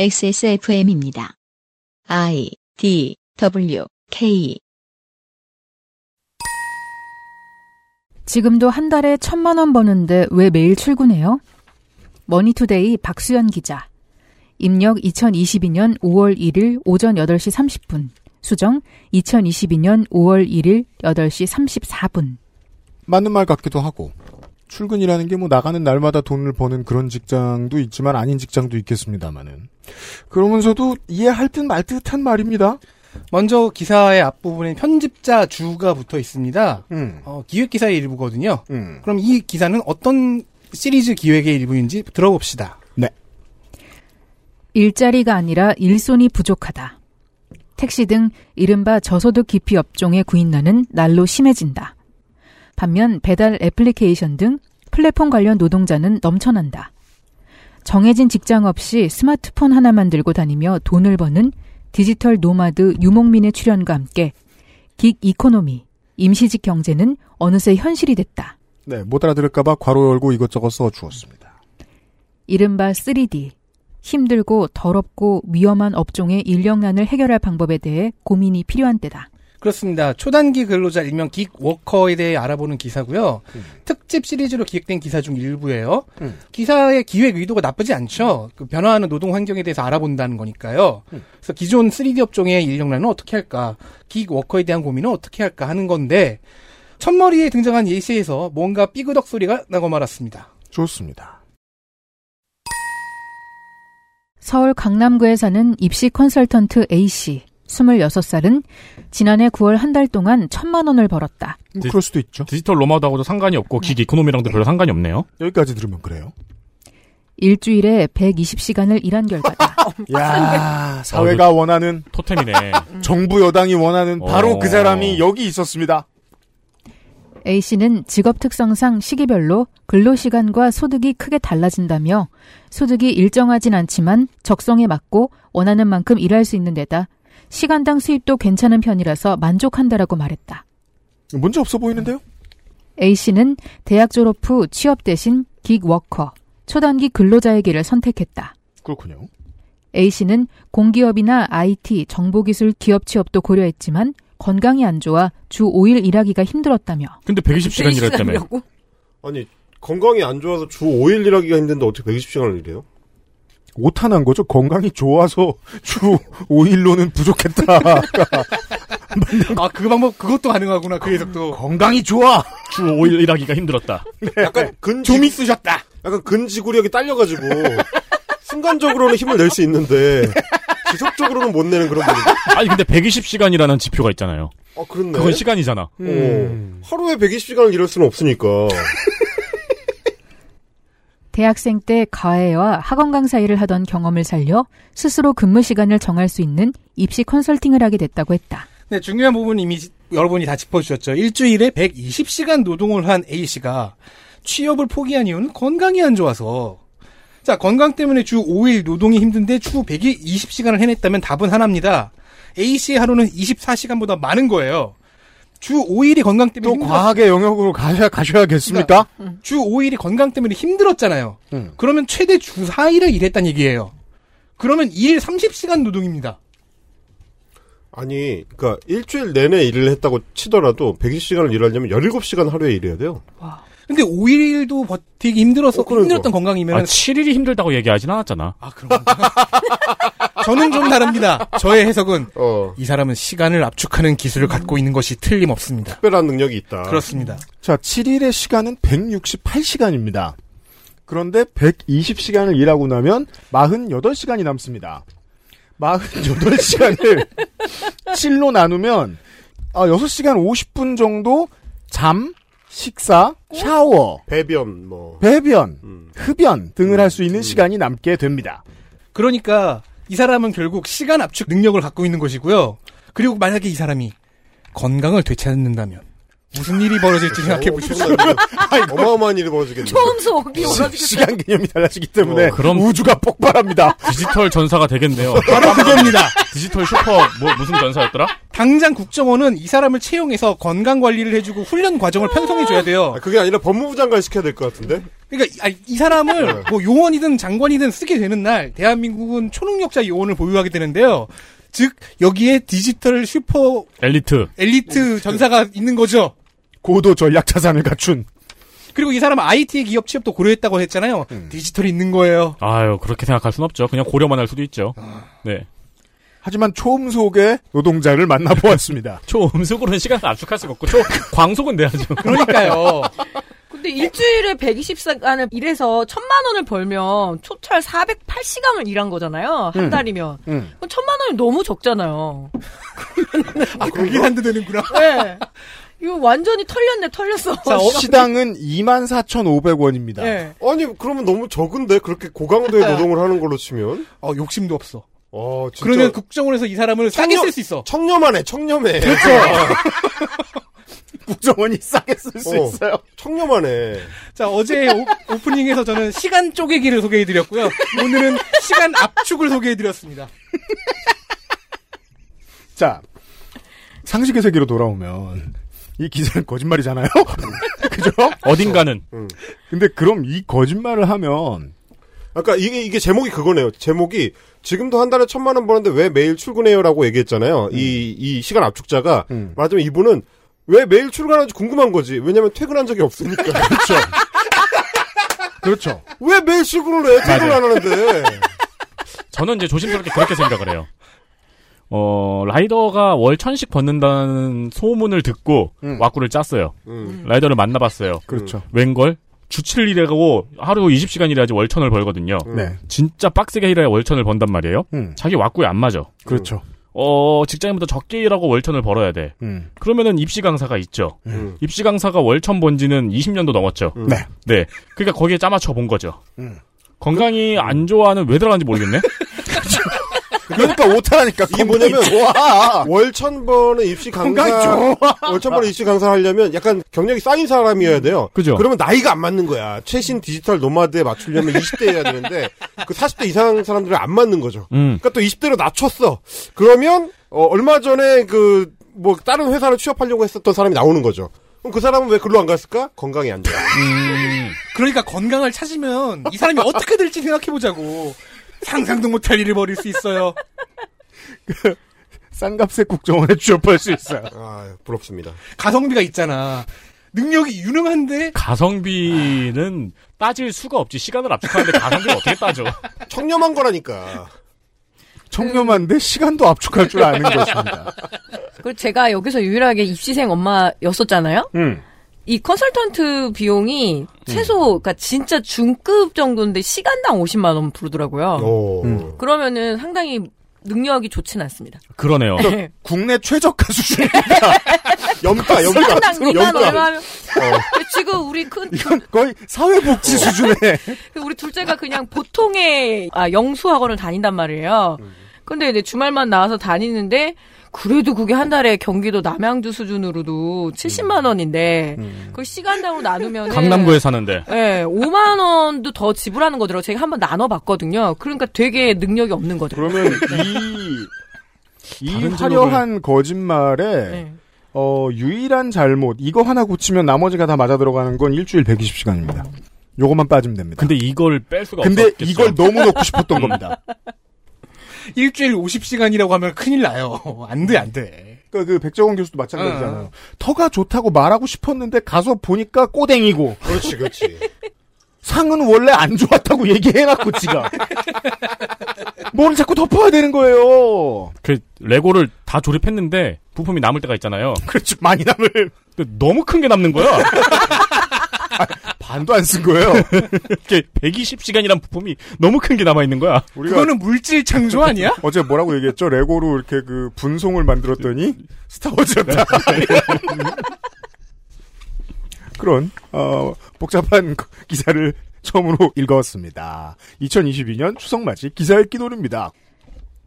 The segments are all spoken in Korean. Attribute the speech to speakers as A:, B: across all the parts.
A: XSFM입니다. I D W K
B: 지금도 한 달에 천만 원 버는데 왜 매일 출근해요? 머니투데이 박수현 기자. 입력 2022년 5월 1일 오전 8시 30분. 수정 2022년 5월 1일 8시 34분.
C: 맞는 말 같기도 하고 출근이라는 게 뭐 나가는 날마다 돈을 버는 그런 직장도 있지만 아닌 직장도 있겠습니다만은 그러면서도 이해할 듯 말 듯한 말입니다.
D: 먼저 기사의 앞부분에 편집자 주가 붙어 있습니다.
C: 음,
D: 어, 기획 기사의 일부거든요.
C: 음.
D: 그럼 이 기사는 어떤 시리즈 기획의 일부인지 들어봅시다.
B: 일자리가 아니라 일손이 부족하다. 택시 등 이른바 저소득 기피 업종의 구인난은 날로 심해진다. 반면 배달 애플리케이션 등 플랫폼 관련 노동자는 넘쳐난다. 정해진 직장 없이 스마트폰 하나만 들고 다니며 돈을 버는 디지털 노마드 유목민의 출현과 함께 긱 이코노미, 임시직 경제는 어느새 현실이 됐다.
C: 네, 못 알아들을까봐 괄호 열고 이것저것 써주었습니다.
B: 이른바 3D. 힘들고 더럽고 위험한 업종의 인력난을 해결할 방법에 대해 고민이 필요한 때다.
D: 그렇습니다. 초단기 근로자 일명 긱 워커에 대해 알아보는 기사고요. 특집 시리즈로 기획된 기사 중 일부예요.
C: 음.
D: 기사의 기획 의도가 나쁘지 않죠. 그 변화하는 노동 환경에 대해서 알아본다는 거니까요. 그래서 기존 3D 업종의 인력난은 어떻게 할까? 긱 워커에 대한 고민은 어떻게 할까 하는 건데 첫머리에 등장한 예시에서 뭔가 삐그덕 소리가 나고 말았습니다.
C: 좋습니다.
B: 서울 강남구에 사는 입시 컨설턴트 A씨, 26살은 지난해 9월 한 달 동안 천만 원을 벌었다.
C: 뭐
E: 네.
C: 그럴 수도 있죠.
E: 디지털 로마드하고도 상관이 없고 기기 이코노미랑도 별로 상관이 없네요.
C: 여기까지 들으면 그래요.
B: 일주일에 120시간을 일한 결과다.
C: 야 아, 그 사회가 원하는
E: 토템이네.
C: 정부 여당이 원하는 바로
E: 어.
C: 그 사람이 여기 있었습니다.
B: A씨는 직업 특성상 시기별로 근로시간과 소득이 크게 달라진다며 소득이 일정하진 않지만 적성에 맞고 원하는 만큼 일할 수 있는 데다 시간당 수입도 괜찮은 편이라서 만족한다라고 말했다.
C: 문제 없어 보이는데요?
B: A씨는 대학 졸업 후 취업 대신 긱 워커, 초단기 근로자의 길을 선택했다.
C: 그렇군요.
B: A씨는 공기업이나 IT, 정보기술 기업 취업도 고려했지만 건강이 안 좋아 주 5일 일하기가 힘들었다며
E: 근데 120시간 일했다며.
F: 아니 건강이 안 좋아서 주 5일 일하기가 힘든데 어떻게 120시간을 일해요?
C: 오탄한 거죠. 건강이 좋아서 주 5일로는 부족했다.
D: 아 그 방법 그것도 가능하구나 그 해석도.
C: 건강이 좋아.
E: 주 5일 일하기가 힘들었다.
F: 약간 근지
D: 좀 있으셨다.
F: 약간 근지구력이 딸려가지고 순간적으로는 힘을 낼 수 있는데 지속적으로는 못 내는 그런 분이.
E: 아니 근데 120시간이라는 지표가 있잖아요.
F: 아 그렇네.
E: 그건 시간이잖아.
F: 어,
D: 음.
F: 하루에 120시간을 일할 수는 없으니까.
B: 대학생 때 과외와 학원 강사 일을 하던 경험을 살려 스스로 근무 시간을 정할 수 있는 입시 컨설팅을 하게 됐다고 했다.
D: 네, 중요한 부분 이미 지- 여러분이 다 짚어주셨죠. 일주일에 120시간 노동을 한 A씨가 취업을 포기한 이유는 건강이 안 좋아서. 자, 건강 때문에 주 5일 노동이 힘든데 주 120시간을 해냈다면 답은 하나입니다. A씨의 하루는 24시간보다 많은 거예요. 주 5일이 건강 때문에
C: 또
D: 힘들었,
C: 과학의 영역으로 가셔야 가셔야겠습니까?
D: 주 5일이 건강 때문에 힘들었잖아요.
C: 음.
D: 그러면 최대 주 4일을 일했단 얘기예요. 그러면 일 30시간 노동입니다.
F: 아니, 그러니까 일주일 내내 일을 했다고 치더라도 120시간을 일하려면 17시간 하루에 일해야 돼요.
D: 근데 5일도 버티기 힘들어서
F: 어, 그러니까.
D: 힘들었던 건강이면
E: 아, 7일이 힘들다고 얘기하진 않았잖아.
D: 아, 그런가? 저는 좀 다릅니다. 저의 해석은
F: 어.
D: 이 사람은 시간을 압축하는 기술을 갖고 있는 것이 틀림없습니다.
F: 특별한 능력이
D: 아.
F: 있다.
D: 그렇습니다.
C: 자, 7일의 시간은 168시간입니다. 그런데 120시간을 일하고 나면 48시간이 남습니다. 48시간을 7로 나누면 아, 6시간 50분 정도 잠, 식사, 샤워,
F: 배변 뭐.
C: 배변,
F: 음.
C: 흡연 등을
F: 음,
C: 할 수 있는
F: 음.
C: 시간이 남게 됩니다.
D: 그러니까 이 사람은 결국 시간 압축 능력을 갖고 있는 것이고요. 그리고 만약에 이 사람이 건강을 되찾는다면 무슨 일이 벌어질지 생각해 보십시오.
F: 엄청난 일이- 어마어마한 일이 벌어지겠네. 처음
C: 시간 개념이 달라지기 때문에
E: 어, 그럼-
C: 우주가 폭발합니다.
E: 디지털 전사가 되겠네요.
D: 바로 그겁니다.
E: 디지털 슈퍼 뭐 무슨 전사였더라?
D: 당장 국정원은 이 사람을 채용해서 건강 관리를 해주고 훈련 과정을 편성해 줘야 돼요.
F: 아, 그게 아니라 법무부 장관 시켜야 될 것 같은데.
D: 그러니까 이- 아니, 이 사람을 뭐 요원이든 장관이든 쓰게 되는 날 대한민국은 초능력자 요원을 보유하게 되는데요. 즉 여기에 디지털 슈퍼
E: 엘리트.
D: 엘리트 전사가 있는 거죠.
C: 고도 전략 자산을 갖춘
D: 그리고 이 사람은 IT 기업 취업도 고려했다고 했잖아요. 디지털이 있는 거예요.
E: 아유, 그렇게 생각할 순 없죠. 그냥 고려만 할 수도 있죠.
D: 아.
E: 네.
C: 하지만 초음속의 노동자를 만나보았습니다.
E: 초음속으로는 시간을 압축할 수가 없고, 초, 광속은 돼야죠.
D: 그러니까요.
G: 근데 일주일에 120시간을 일해서 천만 원을 벌면 초찰 408시간을 일한 거잖아요. 한
C: 음.
G: 달이면.
C: 음.
G: 그럼 천만 원이 너무 적잖아요.
D: 아, 그게 한도 되는구나.
G: 네. 이거 완전히 털렸네, 털렸어.
C: 시당은 24,500원입니다.
G: 네.
F: 아니 그러면 너무 적은데 그렇게 고강도의 노동을 하는 걸로 치면
D: 어, 욕심도 없어.
F: 아 진짜
D: 그러면 국정원에서 이 사람을 싸게
F: 청렴-
D: 쓸 수 있어.
F: 청렴하네 청렴해
C: 국정원이 싸게 쓸 수
F: 어.
C: 있어요.
F: 청렴하네
D: 자, 어제 오, 프닝에서 저는 시간 쪼개기를 소개해드렸고요. 오늘은 시간 압축을 소개해드렸습니다.
C: 자, 상식의 세계로 돌아오면 이 기사는 거짓말이잖아요. 그죠?
E: 어딘가는.
C: 근데 그럼 이 거짓말을 하면
F: 아까 이게 이게 제목이 그거네요. 제목이 지금도 한 달에 천만 원 버는데 왜 매일 출근해요라고 얘기했잖아요. 이 이 시간 압축자가
C: 음.
F: 말하자면 이분은 왜 매일 출근하는지 궁금한 거지. 왜냐면 퇴근한 적이 없으니까. 그렇죠.
C: 그렇죠.
F: 왜 매일 출근을 해? 퇴근 안 하는데.
E: 저는 이제 조심스럽게 그렇게 생각을 해요. 어, 라이더가 월 천씩 받는다는 소문을 듣고,
C: 음.
E: 와꾸를 짰어요.
F: 음.
E: 라이더를 만나봤어요.
C: 그렇죠.
E: 웬걸? 주칠 일하고 하루 20시간 일해야지 월천을 벌거든요.
F: 음,
C: 네.
E: 진짜 빡세게 일해야 월천을 번단 말이에요.
C: 음.
E: 자기 와꾸에 안 맞아.
C: 그렇죠.
E: 어, 직장인보다 적게 일하고 월천을 벌어야 돼.
C: 음.
E: 그러면은 입시 강사가 있죠.
F: 음.
E: 입시 강사가 월천 번지는 20년도 넘었죠.
F: 음.
C: 네.
E: 네. 그러니까 거기에 짜맞춰 본 거죠.
C: 음.
E: 건강이 안 좋아하는 왜 들어간지 모르겠네.
C: 그러니까 오타라니까
F: 이게 뭐냐면
C: 좋아.
F: 월천 번의 입시 강사
C: 건강이 좋아.
F: 어, 월천 번의 입시 강사 하려면 약간 경력이 쌓인 사람이어야 돼요.
E: 그죠.
F: 그러면 나이가 안 맞는 거야. 최신 디지털 노마드에 맞추려면 20대여야 되는데 그 40대 이상 사람들은 안 맞는 거죠.
E: 음.
F: 그러니까 또 20대로 낮췄어. 그러면 어, 얼마 전에 그 뭐 다른 회사를 취업하려고 했었던 사람이 나오는 거죠. 그럼 그 사람은 왜 글로 안 갔을까? 건강이 안 좋아.
E: 음.
D: 그러니까 건강을 찾으면 이 사람이 어떻게 될지 생각해보자고. 상상도 못할 일을 벌일 수 있어요.
C: 쌍값의 국정원에 취업할 수 있어요.
F: 아 부럽습니다.
D: 가성비가 있잖아. 능력이 유능한데
E: 가성비는 따질 수가 없지. 시간을 압축하는데 가성비를 어떻게 따져?
F: 청렴한 거라니까.
C: 청렴한데 시간도 압축할 줄 아는 것입니다.
G: 그리고 제가 여기서 유일하게 입시생 엄마였었잖아요?
C: 음.
G: 이 컨설턴트 비용이 최소, 그니까 진짜 중급 정도인데 시간당 50만원 부르더라고요.
F: 오.
C: 음.
G: 그러면은 상당히 능력이 좋진 않습니다.
E: 그러네요.
C: 국내 최저가 수준.
F: 염가 염가
G: 시간당 2만 얼마면. 지금 우리 큰,
C: 이건 거의 사회복지 수준의
G: 우리 둘째가 그냥 보통의 아, 영수학원을 다닌단 말이에요. 근데 이제 주말만 나와서 다니는데 그래도 그게 한 달에 경기도 남양주 수준으로도 70만 원인데 그걸 시간당으로 나누면
E: 강남구에 사는데.
G: 예, 5만 원도 더 지불하는 거더라고. 요 제가 한번 나눠 봤거든요. 그러니까 되게 능력이 없는 거죠.
C: 그러면 이, 이
E: 다른
C: 화려한 거짓말에
G: 예.
C: 어, 유일한 잘못, 이거 하나 고치면 나머지가 다 맞아 들어가는 건 일주일 120시간입니다. 요것만 빠지면 됩니다.
E: 근데 이걸 뺄 수가
C: 근데
E: 없었겠죠.
C: 이걸 뭐- 너무 넣고 싶었던 겁니다.
D: 일주일 50시간이라고 하면 큰일 나요. 안 돼, 안 돼.
C: 그러니까 그 백종원 교수도 마찬가지잖아요. 터가 좋다고 말하고 싶었는데 가서 보니까 꼬댕이고
F: 그렇지 그렇지.
C: 상은 원래 안 좋았다고 얘기해놨고 지가 뭘 자꾸 덮어야 되는 거예요.
E: 그 레고를 다 조립했는데 부품이 남을 때가 있잖아요.
C: 그렇죠. 많이 남을
E: 근데 너무 큰 게 남는 거야.
C: 반도 안 쓴 거예요.
E: 이렇게 120시간이란 부품이 너무 큰 게 남아 있는 거야.
C: 우리가
D: 그거는 물질 창조 아니야?
C: 어제 뭐라고 얘기했죠? 레고로 이렇게 그 분송을 만들었더니 스타워즈였다. 그런 어, 복잡한 거- 기사를 처음으로 읽었습니다. 2022년 추석 맞이 기사 읽기 놀입니다.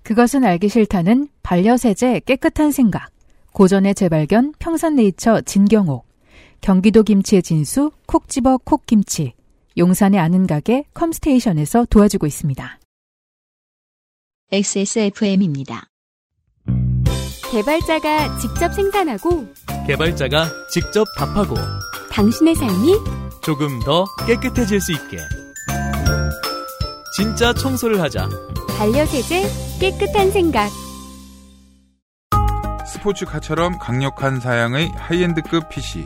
B: 그것은 알기 싫다는 반려세제 깨끗한 생각, 고전의 재발견 평산네이처 진경옥, 경기도 김치의 진수 콕 집어 콕 김치, 용산의 아는 가게 컴스테이션에서 도와주고 있습니다.
A: XSFM입니다.
H: 개발자가 직접 생산하고
I: 개발자가 직접 답하고
H: 당신의 삶이 조금 더 깨끗해질 수 있게. 진짜 청소를 하자.
I: 반려세제 깨끗한 생각
J: 스포츠카처럼 강력한 사양의 하이엔드급 PC.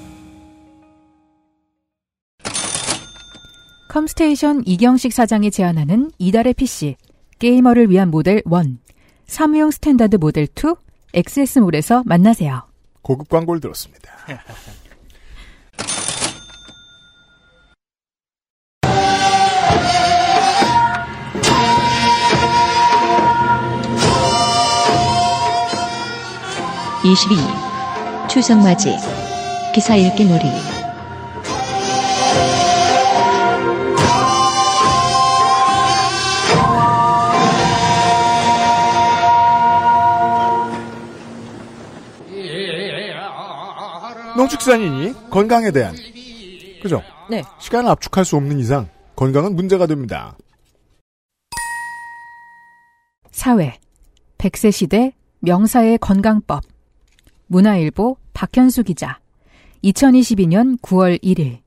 B: 컴스테이션 이경식 사장이 제안하는 이달의 PC 게이머를 위한 모델 1 사무용 스탠다드 모델 2 XS몰에서 만나세요.
C: 고급 광고를 들었습니다.
A: 이십이 추석맞이 기사 읽기 놀이
C: 농축산인이 건강에 대한 그죠?
G: 네.
C: 시간을 압축할 수 없는 이상 건강은 문제가 됩니다.
B: 사회 100세 시대 명사의 건강법 문화일보 박현수 기자 2022년 9월 1일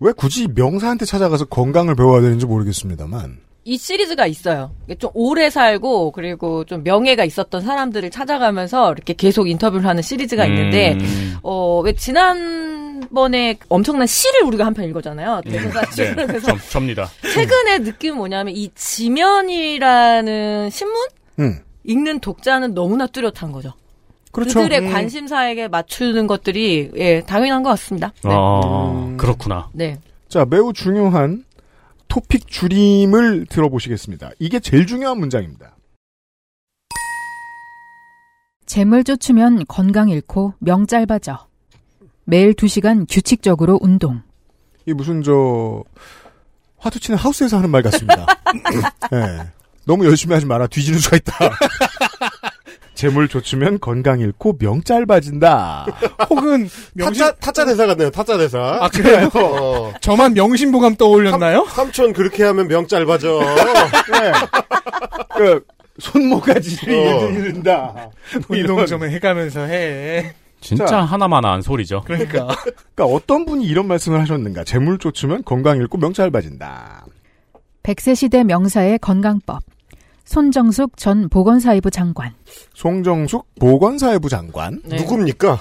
C: 왜 굳이 명사한테 찾아가서 건강을 배워야 되는지 모르겠습니다만
G: 이 시리즈가 있어요. 이게 좀 오래 살고 그리고 좀 명예가 있었던 사람들을 찾아가면서 이렇게 계속 인터뷰를 하는 시리즈가 있는데
E: 음.
G: 어, 왜 지난번에 엄청난 시를 우리가 한 편 읽었잖아요. 대서사 시를.
E: 네,
G: 그래서
E: 점, 접니다.
G: 최근에 느낀 뭐냐면 이 지면이라는 신문
C: 음.
G: 읽는 독자는 너무나 뚜렷한 거죠.
C: 그렇죠.
G: 들의
C: 음.
G: 관심사에게 맞추는 것들이 예, 당연한 것 같습니다. 네.
E: 아,
C: 음.
E: 그렇구나.
G: 네.
C: 자, 매우 중요한 토픽 줄임을 들어보시겠습니다. 이게 제일 중요한 문장입니다.
B: 재물 쫓으면 건강 잃고 명 짧아져 매일 2시간 규칙적으로 운동
C: 이 무슨 저 화투 치는 하우스에서 하는 말 같습니다. 예. 너무 열심히 하지 마라. 뒤지는 수가 있다. 재물 좋추면 건강 잃고 명 짧아진다.
D: 혹은 명신
F: 타짜, 타짜 대사 같네요, 타짜 대사.
D: 아 그래요?
F: 어.
D: 저만 명심보감 떠올렸나요?
F: 삼, 촌 그렇게 하면 명 짧아져.
C: 예. 그 손모가지를
F: 어.
C: 잃는다. 뭐 이런.
D: 이동 좀 해가면서 해.
E: 진짜
C: 자.
E: 하나만한 소리죠.
D: 그러니까
C: 그러니까 어떤 분이 이런 말씀을 하셨는가. 재물 좋추면 건강 잃고 명 짧아진다.
B: 100세 시대 명사의 건강법 손정숙 전 보건사회부 장관
C: 송정숙 보건사회부 장관
G: 네.
F: 누굽니까?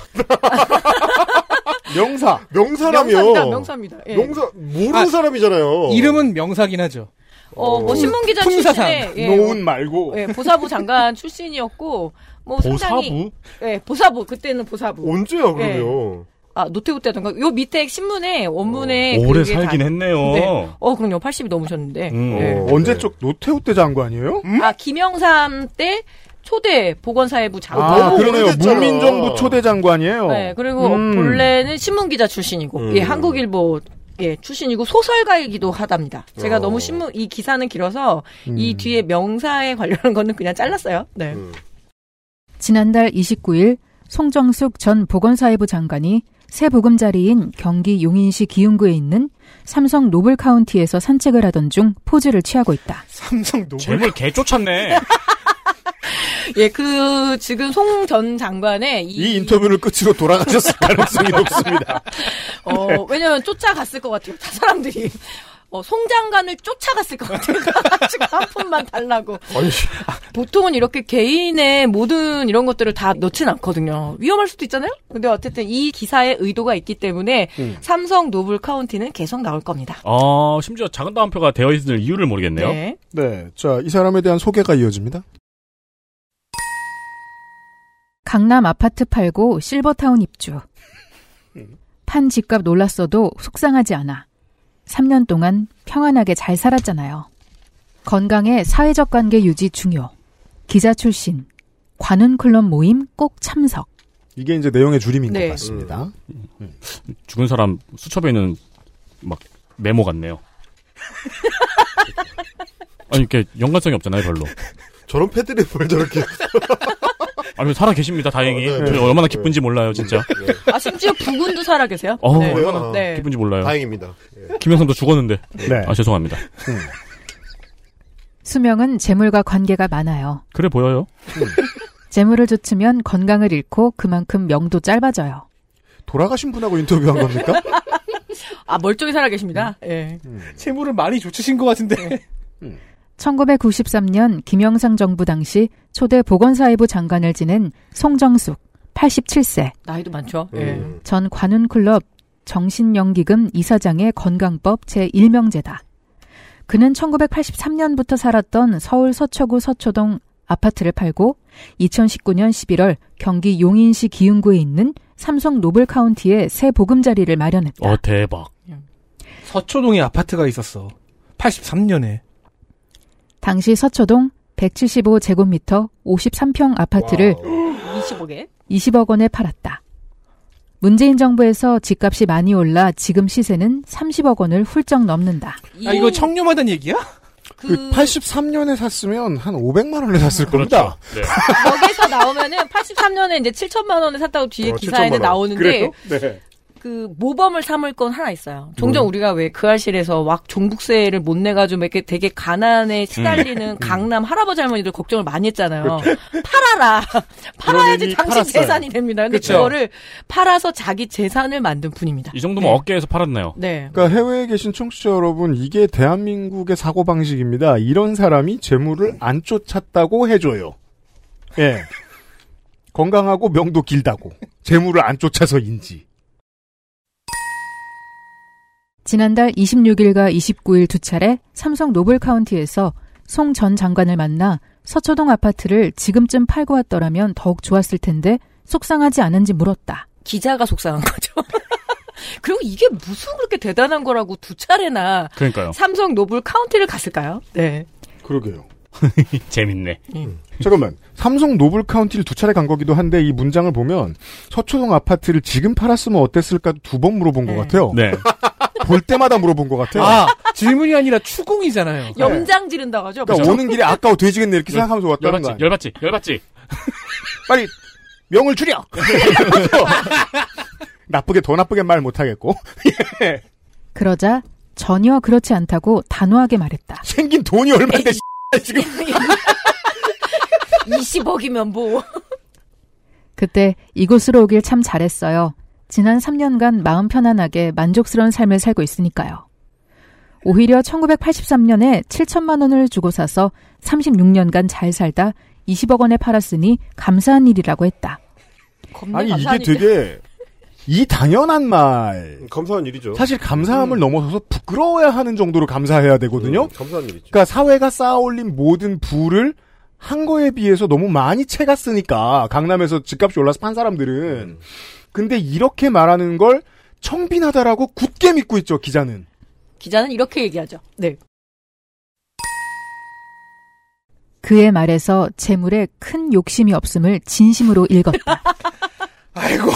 C: 명사
F: 명사라며.
G: 명사입니다. 명사입니다. 예.
F: 명사- 모르는
D: 아,
F: 사람이잖아요.
D: 이름은 명사긴 하죠.
G: 어, 뭐 신문 기자
D: 풍사상.
G: 출신의 예,
C: 노은 말고
G: 예, 보사부 장관 출신이었고 뭐 상당히
E: 보사부?
G: 예, 보사부 그때는 보사부.
F: 언제야, 그러면?
G: 아, 노태우 때던가 요 밑에 신문에 원문에
E: 어, 오래
G: 네, 그게
E: 살긴
G: 다-
E: 했네요.
G: 네. 어, 그럼요. 80이 넘으셨는데.
E: 음,
G: 예.
F: 네.
C: 어, 언제 쪽 노태우 때 장관이에요?
F: 음,
G: 아, 김영삼 때 초대 보건사회부 장관.
C: 아,
F: 너무
C: 그러네요.
F: 오래됐잖아.
C: 문민정부 초대 장관이에요.
G: 네, 그리고
C: 음.
G: 본래는 신문기자 출신이고,
F: 음.
G: 예, 한국일보, 예, 출신이고, 소설가이기도 하답니다. 제가
F: 어.
G: 너무 신문, 이 기사는 길어서,
C: 음.
G: 이 뒤에 명사에 관련한 거는 그냥 잘랐어요. 네.
F: 음.
B: 지난달 29일 송정숙 전 보건사회부 장관이 새 보금자리인 경기 용인시 기흥구에 있는 삼성 노블 카운티에서 산책을 하던 중 포즈를 취하고 있다.
D: 삼성 노
E: 재물 개 쫓았네.
G: 예, 그, 지금 송 전 장관의 이,
C: 이 인터뷰를 끝으로 돌아가셨을 가능성이 높습니다.
G: 어, 왜냐면 쫓아갔을 것 같아요. 다 사람들이. 어, 송 장관을 쫓아갔을 것 같아요. 지금 한 푼만 달라고.
F: 아니,
G: 보통은 이렇게 개인의 모든 이런 것들을 다 넣진 않거든요. 위험할 수도 있잖아요? 근데 어쨌든 이 기사에 의도가 있기 때문에
E: 음.
G: 삼성 노블 카운티는 계속 나올 겁니다.
E: 어, 심지어 작은 다운표가 되어 있을 이유를 모르겠네요.
G: 네.
C: 네, 자, 이 사람에 대한 소개가 이어집니다.
B: 강남 아파트 팔고 실버타운 입주. 판 집값 놀랐어도 속상하지 않아. 3년 동안 평안하게 잘 살았잖아요. 건강에 사회적 관계 유지 중요. 기자 출신. 관훈 클럽 모임 꼭 참석.
C: 이게 이제 내용의 줄임인
G: 네.
C: 것
F: 음.
C: 같습니다.
E: 죽은 사람 수첩에 있는 막 메모 같네요. 아니 이렇게 연관성이 없잖아요 별로.
F: 저런 패드를 뭘 저렇게.
E: 아니 살아 계십니다 다행히.
F: 어, 네, 네.
E: 저 얼마나 기쁜지 몰라요 진짜.
G: 아, 심지어 부군도 살아 계세요?
E: 어,
G: 네.
E: 얼마나
G: 네.
E: 기쁜지 몰라요.
F: 다행입니다.
E: 김영삼도 죽었는데.
C: 네.
E: 아 죄송합니다.
B: 수명은 재물과 관계가 많아요.
E: 그래 보여요.
B: 재물을 좇으면 건강을 잃고 그만큼 명도 짧아져요.
C: 돌아가신 분하고 인터뷰한 겁니까?
G: 아, 멀쩡히 살아 계십니다.
E: 음.
G: 예.
D: 채무를 많이 조치신 것 같은데.
B: 1993년 김영상 정부 당시 초대 보건사회부 장관을 지낸 송정숙 87세
G: 나이도 많죠. 예.
F: 음.
B: 전 관훈클럽 정신연기금 이사장의 건강법 제1명제다. 그는 1983년부터 살았던 서울 서초구 서초동 아파트를 팔고 2019년 11월 경기 용인시 기흥구에 있는 삼성 노블카운티에 새 보금자리를 마련했다.
E: 어 대박.
D: 서초동에 아파트가 있었어. 83년에.
B: 당시 서초동 175제곱미터 53평 아파트를
F: 와우.
G: 예. 25개.
B: 20억 원에 팔았다. 문재인 정부에서 집값이 많이 올라 지금 시세는 30억 원을 훌쩍 넘는다.
D: 아, 이거 청렴하단 얘기야?
C: 그 83년에 샀으면 한 500만 원에 샀을
F: 그렇죠.
C: 겁니다.
E: 네.
G: 여기서 나오면은 83년에 이제 7천만 원에 샀다고 뒤에
F: 어,
G: 기사에는
F: 7천만 원.
G: 나오는데
F: 그래요? 네.
G: 그 모범을 삼을 건 하나 있어요. 종종 우리가 왜 그 알실에서 막 종북세를 못 내가지고 이렇게 되게 가난에 시달리는 강남 할아버지 할머니들 걱정을 많이 했잖아요. 팔아라. 팔아야지
C: 이미
G: 당신
C: 팔았어요.
G: 재산이 됩니다. 근데
D: 그쵸.
G: 그거를 팔아서 자기 재산을 만든 분입니다.
E: 이 정도면
G: 네.
E: 어깨에서 팔았네요.
G: 네.
C: 그러니까 해외에 계신 청취자 여러분, 이게 대한민국의 사고 방식입니다. 이런 사람이 재물을 안 쫓았다고 해줘요. 예. 건강하고 명도 길다고 재물을 안 쫓아서인지.
B: 지난달 26일과 29일 두 차례 삼성 노블카운티에서 송 전 장관을 만나 서초동 아파트를 지금쯤 팔고 왔더라면 더욱 좋았을 텐데 속상하지 않은지 물었다.
G: 기자가 속상한 거죠. 그리고 이게 무슨 그렇게 대단한 거라고 두 차례나
E: 그러니까요.
G: 삼성 노블 카운티를 갔을까요? 네.
C: 그러게요.
E: 재밌네.
C: 잠깐만. 삼성 노블 카운티를 두 차례 간 거기도 한데 이 문장을 보면 서초동 아파트를 지금 팔았으면 어땠을까 두 번 물어본 것
G: 네.
C: 같아요.
E: 네.
C: 볼 때마다 물어본 것 같아요.
D: 아, 질문이 아니라 추궁이잖아요.
G: 염장 지른다고 하죠.
C: 네. 그러니까 오는 길에 아까워 되지겠네 이렇게 생각하면서 왔다는 거
E: 열받지.
C: 아니에요.
E: 열받지. 열받지.
C: 빨리 명을 줄여. 그렇죠. 나쁘게 더 나쁘게 말 못하겠고
B: 그러자 전혀 그렇지 않다고 단호하게 말했다.
C: 생긴 돈이 얼마인데 지금
G: 20억이면 뭐.
B: 그때 이곳으로 오길 참 잘했어요. 지난 3년간 마음 편안하게 만족스러운 삶을 살고 있으니까요. 오히려 1983년에 7천만 원을 주고 사서 36년간 잘 살다 20억 원에 팔았으니 감사한 일이라고 했다.
G: 겁나
C: 아니 이게
G: 감사하니까.
C: 되게 이 당연한
G: 예.
C: 말
F: 감사한 일이죠.
C: 사실 감사함을 넘어서서 부끄러워야 하는 정도로 감사해야 되거든요.
F: 음, 감사한 일이죠.
C: 그러니까 사회가 쌓아올린 모든 부를 한 거에 비해서 너무 많이 채갔으니까 강남에서 집값이 올라서 판 사람들은 근데 이렇게 말하는 걸 청빈하다라고 굳게 믿고 있죠 기자는.
G: 기자는 이렇게 얘기하죠. 네.
B: 그의 말에서 재물에 큰 욕심이 없음을 진심으로 읽었다.
D: 아이고.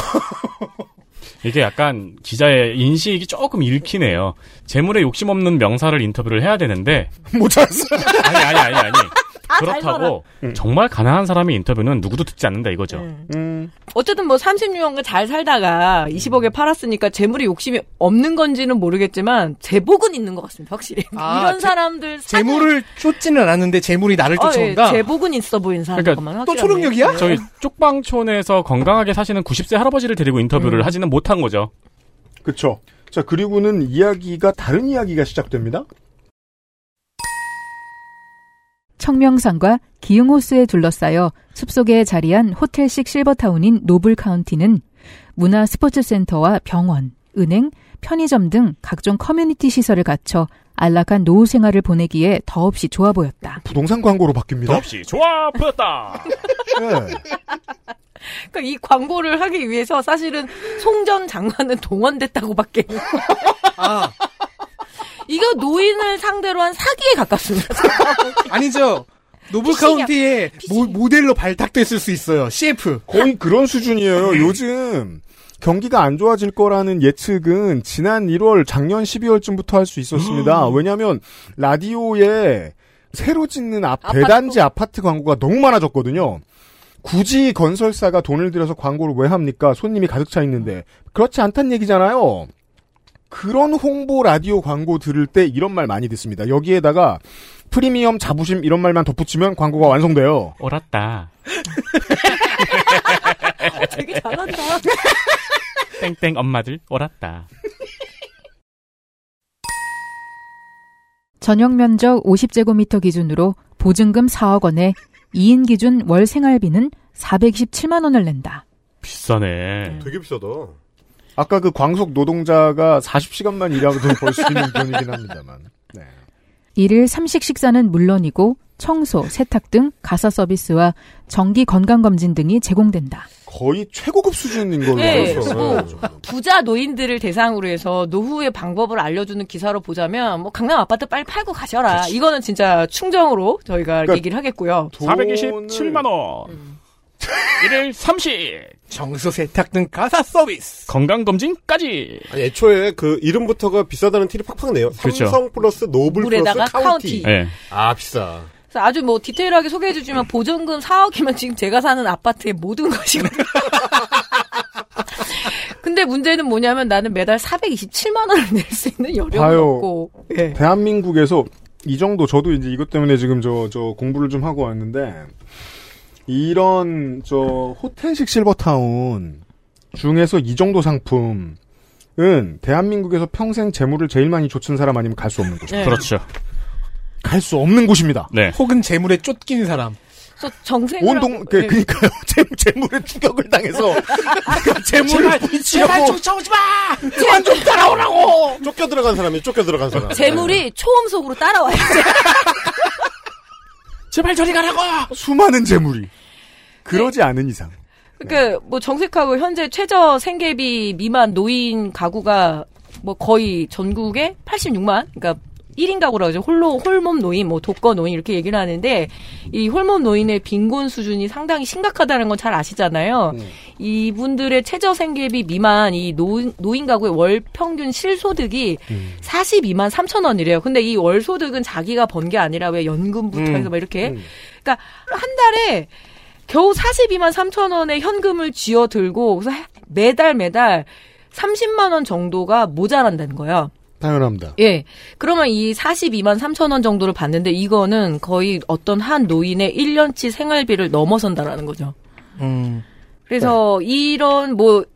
E: 이게 약간 기자의 인식이 조금 읽히네요. 재물에 욕심 없는 명사를 인터뷰를 해야 되는데
C: 못 찾았어.
E: 아니 아니 아니 아니.
G: 다
E: 그렇다고 정말 가난한 사람의 인터뷰는 누구도 듣지 않는다 이거죠.
C: 음,
G: 어쨌든 뭐 36년간 잘 살다가 20억에 팔았으니까 재물에 욕심이 없는 건지는 모르겠지만 제복은 있는 것 같습니다. 확실히.
D: 아,
G: 이런
D: 제-
G: 사람들 사는-
D: 재물을 쫓지는 않는데 재물이 나를
G: 어, 예,
D: 쫓아온다?
G: 제복은 있어 보이는 사람
E: 그러니까
G: 것만
D: 또
G: 확실하네.
D: 초능력이야?
E: 저희 쪽방촌에서 건강하게 사시는 90세 할아버지를 데리고 인터뷰를 하지는 못한 거죠.
C: 그쵸. 자 그리고는 이야기가 다른 이야기가 시작됩니다.
B: 청명산과 기흥호수에 둘러싸여 숲속에 자리한 호텔식 실버타운인 노블카운티는 문화 스포츠센터와 병원, 은행, 편의점 등 각종 커뮤니티 시설을 갖춰 안락한 노후 생활을 보내기에 더없이 좋아 보였다.
C: 부동산 광고로 바뀝니다.
E: 그 없이 좋아 보였다.
C: 예.
G: 그러니까 이 광고를 하기 위해서 사실은 송 전 장관은 동원됐다고밖에.
D: 아,
G: 이거 노인을 상대로 한 사기에 가깝습니다.
D: 아니죠. 노블
G: 피싱이야.
D: 카운티의 모, 모델로 발탁됐을 수 있어요. CF.
C: 거의 그런 수준이에요. 요즘 경기가 안 좋아질 거라는 예측은 지난 1월 작년 12월쯤부터 할 수
G: 음.
C: 있었습니다. 왜냐하면 라디오에 새로 짓는 앞-
G: 아파트.
C: 대단지 아파트 광고가 너무 많아졌거든요. 굳이 건설사가 돈을 들여서 광고를 왜 합니까? 손님이 가득 차 있는데 그렇지 않다는 얘기잖아요. 그런 홍보 라디오 광고 들을 때 이런 말 많이 듣습니다. 여기에다가 프리미엄 자부심 이런 말만 덧붙이면 광고가 완성돼요.
E: 옳았다.
G: 되게 잘한다.
E: 땡땡 엄마들 옳았다.
B: 전용 면적 50제곱미터 기준으로 보증금 4억 원에 2인 기준 월 생활비는 427만 원을 낸다.
E: 비싸네.
F: 되게 비싸다.
C: 아까 그 광속 노동자가 40시간만 일하고 돈 벌 수 있는 돈이긴 합니다만. 네.
B: 일일 삼식 식사는 물론이고 청소, 세탁 등 가사 서비스와 정기 건강 검진 등이 제공된다.
C: 거의 최고급 수준인 걸로
G: 네,
F: 그렇죠.
C: 알고 있어요.
G: 그리고
F: 예.
G: 부자 노인들을 대상으로 해서 노후의 방법을 알려주는 기사로 보자면 뭐 강남 아파트 빨리 팔고 가셔라. 이거는 진짜 충정으로 저희가
C: 그러니까
G: 얘기를 하겠고요.
C: 돈을
E: 427만 원. 일일 30.
D: 정수 세탁 등 가사 서비스.
E: 건강 검진까지.
F: 아니, 애초에 그 이름부터가 비싸다는 티를 팍팍 내요.
E: 그렇죠.
F: 삼성 플러스 노블
G: 물에다가
F: 플러스 카운티.
G: 카운티.
E: 예.
F: 아 비싸.
G: 그래서 아주 뭐 디테일하게 소개해주지만 보증금 4억이면 지금 제가 사는 아파트의 모든 것이거든요. 근데 문제는 뭐냐면 나는 매달 427만 원을 낼 수 있는 여력이
C: 봐요.
G: 없고. 예.
C: 대한민국에서 이 정도 저도 이제 이것 때문에 지금 저 저 공부를 좀 하고 왔는데 이런 저 호텔식 실버타운 중에서 이 정도 상품은 대한민국에서 평생 재물을 제일 많이 좇은 사람 아니면 갈 수 없는 곳.
G: 예.
E: 그렇죠.
C: 갈 수 없는 곳입니다.
E: 네.
D: 혹은 재물에 쫓긴 사람.
G: 그래서 정생을
C: 온동
G: 하고-
C: 그,
G: 예.
C: 그니까요 재, 재물에 추격을 당해서 그러니까 재물을
D: 제발
C: 부딪히려고
D: 쫓아오지 마! 그만 좀 따라오라고!
F: 쫓겨 들어간 사람이 쫓겨 들어간
G: 예.
F: 사람. 예.
C: 네.
G: 재물이 초음속으로 따라와요.
D: 제발 저리 가라고!
C: 수많은
G: 네.
C: 재물이 그러지 않은 이상
G: 그러니까 뭐 정색하고 현재 최저 생계비 미만 노인 가구가 뭐 거의 전국에 86만 그러니까 1인 가구라고 하죠. 홀로 홀몸 노인 뭐 독거 노인 이렇게 얘기를 하는데 이 홀몸 노인의 빈곤 수준이 상당히 심각하다는 건 잘 아시잖아요. 이분들의 최저 생계비 미만 이 노인, 노인 가구의 월 평균 실소득이 42만 3천 원이래요. 근데 이 월 소득은 자기가 번 게 아니라 왜 연금부터 해서 막 이렇게 그러니까 한 달에 겨우 42만 3천 원의 현금을 쥐어 들고 그래서 매달 매달 30만 원 정도가 모자란다는 거예요.
C: 당연합니다.
G: 예. 그러면 이 42만 3천 원 정도를 받는데 이거는 거의 어떤 한 노인의 1년치 생활비를 넘어선다라는 거죠.
D: 음.
G: 그래서 이런 뭐
C: 그러니까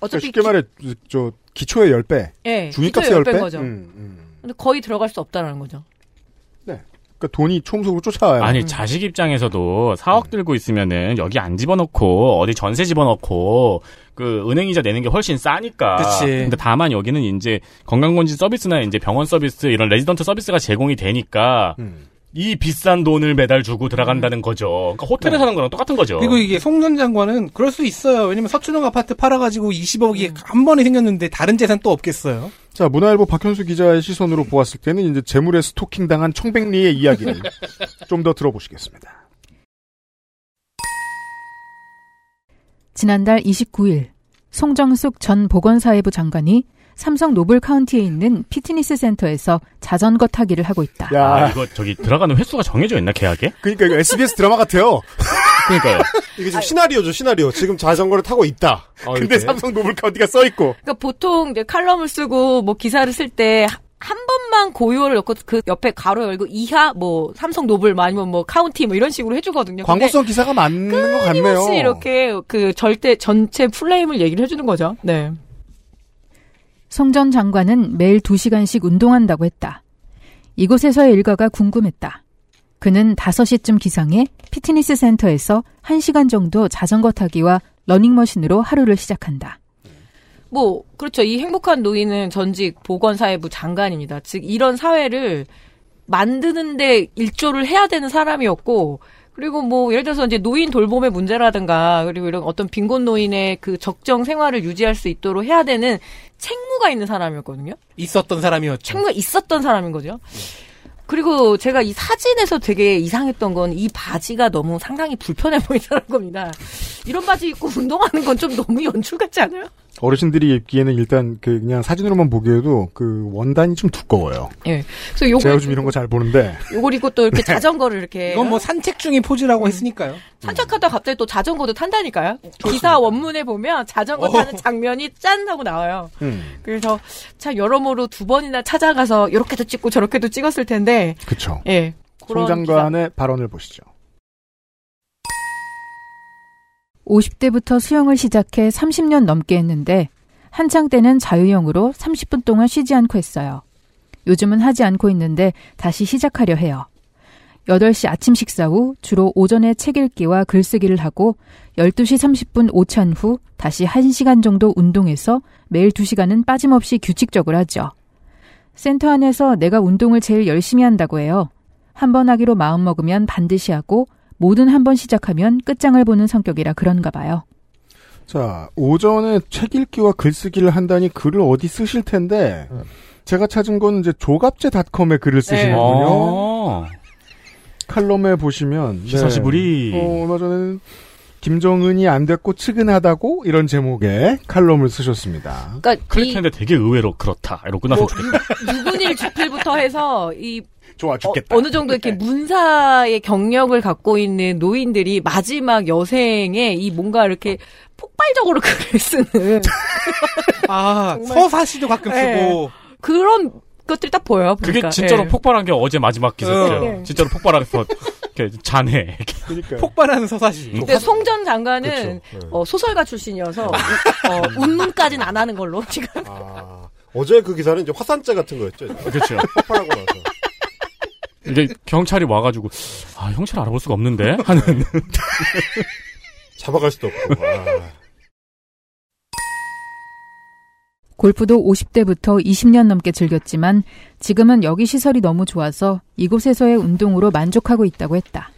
G: 어차피
C: 네. 쉽게
G: 기-
C: 말해 저 기초의 10배
G: 예,
C: 중위값의
G: 기초의
C: 10배? 음.
G: 열 거죠. 근데 거의 들어갈 수 없다라는 거죠.
C: 그러니까 돈이 총속으로 쫓아와요.
E: 아니 자식 입장에서도 4억 들고 있으면은 여기 안 집어넣고 어디 전세 집어넣고 그 은행 이자 내는 게 훨씬 싸니까.
D: 그치.
E: 근데 다만 여기는 이제 건강검진 서비스나 이제 병원 서비스 이런 레지던트 서비스가 제공이 되니까
C: 음.
E: 이 비싼 돈을 매달 주고 들어간다는 거죠. 그러니까 호텔에 사는 거랑 똑같은 거죠.
D: 그리고 이게 송 전 장관은 그럴 수 있어요. 왜냐면 서초동 아파트 팔아가지고 20억이
G: 음.
D: 한 번에 생겼는데 다른 재산 또 없겠어요.
C: 자 문화일보 박현수 기자의 시선으로 보았을 때는 이제 재물에 스토킹 당한 청백리의 이야기를 좀 더 들어보시겠습니다.
B: 지난달 29일 송정숙 전 보건사회부 장관이 삼성 노블 카운티에 있는 피트니스 센터에서 자전거 타기를 하고 있다.
E: 아,
C: 야,
E: 이거 저기 들어가는 횟수가 정해져 있나 계약에?
C: 그러니까 이거 SBS 드라마 같아요.
E: 그러니까요.
F: 이게 지금 시나리오죠 시나리오. 지금 자전거를 타고 있다. 아,
D: 어,
C: 근데 삼성 노블 카운티가 써 있고
G: 그러니까 보통 이제 칼럼을 쓰고 뭐 기사를 쓸 때 한 번만 고요를 넣고 그 옆에 가로 열고 이하 뭐 삼성 노블 뭐 아니면 뭐 카운티 뭐 이런 식으로 해주거든요. 근데
C: 광고성 기사가 맞는 것 같네요.
G: 끊임없이 이렇게 그 절대 전체 플레임을 얘기를 해주는 거죠. 네.
B: 송 전 장관은 매일 2시간씩 운동한다고 했다. 이곳에서의 일과가 궁금했다. 그는 5시쯤 기상해 피트니스 센터에서 1시간 정도 자전거 타기와 러닝머신으로 하루를 시작한다.
G: 뭐 그렇죠. 이 행복한 노인은 전직 보건사회부 장관입니다. 즉 이런 사회를 만드는데 일조를 해야 되는 사람이었고 그리고 뭐 예를 들어서 이제 노인 돌봄의 문제라든가 그리고 이런 어떤 빈곤 노인의 그 적정 생활을 유지할 수 있도록 해야 되는 책무가 있는 사람이었거든요.
D: 있었던 사람이었죠.
C: 네.
G: 책무가 있었던 사람인 거죠. 그리고 제가 이 사진에서 되게 이상했던 건 이 바지가 너무 상당히 불편해 보이더라는 겁니다. 이런 바지 입고 운동하는 건 좀 너무 연출 같지 않아요?
C: 어르신들이 입기에는 일단 그 그냥 사진으로만 보기에도 그 원단이 좀 두꺼워요.
G: 예. 그래서
C: 제가
G: 요걸
C: 요즘 이런 거 잘 보는데
G: 요걸 입고 또 이렇게 자전거를 이렇게
D: 이건 뭐 산책 중인 포즈라고 했으니까요.
G: 산책하다 갑자기 또 자전거도 탄다니까요. 기사 원문에 보면 자전거 타는 장면이 짠 하고 나와요.
C: 음.
G: 그래서 참 여러모로 두 번이나 찾아가서 이렇게도 찍고 저렇게도 찍었을 텐데
C: 그쵸.
G: 예.
C: 송
G: 그런
C: 장관의 발언을 보시죠.
B: 50대부터 수영을 시작해 30년 넘게 했는데 한창 때는 자유형으로 30분 동안 쉬지 않고 했어요. 요즘은 하지 않고 있는데 다시 시작하려 해요. 8시 아침 식사 후 주로 오전에 책 읽기와 글쓰기를 하고 12시 30분 오찬 후 다시 1시간 정도 운동해서 매일 2시간은 빠짐없이 규칙적으로 하죠. 센터 안에서 내가 운동을 제일 열심히 한다고 해요. 한 번 하기로 마음먹으면 반드시 하고 뭐든 한 번 시작하면 끝장을 보는 성격이라 그런가 봐요.
C: 자, 오전에 책 읽기와 글쓰기를 한다니 글을 어디 쓰실 텐데, 제가 찾은 건 이제 조갑제닷컴에 글을 쓰시는군요.
E: 아,
C: 칼럼에 보시면.
E: 시사시부리.
C: 네. 어, 얼마 전에는 김정은이 안 됐고 측은하다고 이런 제목의 칼럼을 쓰셨습니다.
G: 그러니까 이
E: 클릭했는데 되게 의외로 그렇다. 이러고 나서
G: 뭐, 유분일 주필부터 해서 이
C: 좋아
G: 어, 느 정도 이렇게 문사의 경력을 갖고 있는 노인들이 마지막 여생에 이 뭔가 이렇게 폭발적으로 글을 쓰는
D: 아
G: 정말.
D: 서사 시도 가끔
G: 네.
D: 쓰고
G: 그런 것들이 딱 보여요.
E: 그게
G: 보니까.
E: 진짜로
G: 예.
E: 폭발한 게 어제 마지막 기사였어요.
G: 네.
E: 진짜로 폭발해서 이렇게 잔해. 이렇게.
C: 그러니까.
D: 폭발하는 서사 시.
G: 근데 네, 송전 장관은
F: 그쵸. 네.
G: 어, 소설가 출신이어서 어, 운문까지는 안 하는 걸로 지금
F: 아, 어제 그 기사는 이제 화산재 같은 거였죠.
E: 그렇죠.
F: 폭발하고 나서.
E: 이게 경찰이 와가지고 아 형체를 알아볼 수가 없는데 하는
F: 잡아갈 수도 없고. 아,
B: 골프도 50대부터 20년 넘게 즐겼지만 지금은 여기 시설이 너무 좋아서 이곳에서의 운동으로 만족하고 있다고 했다.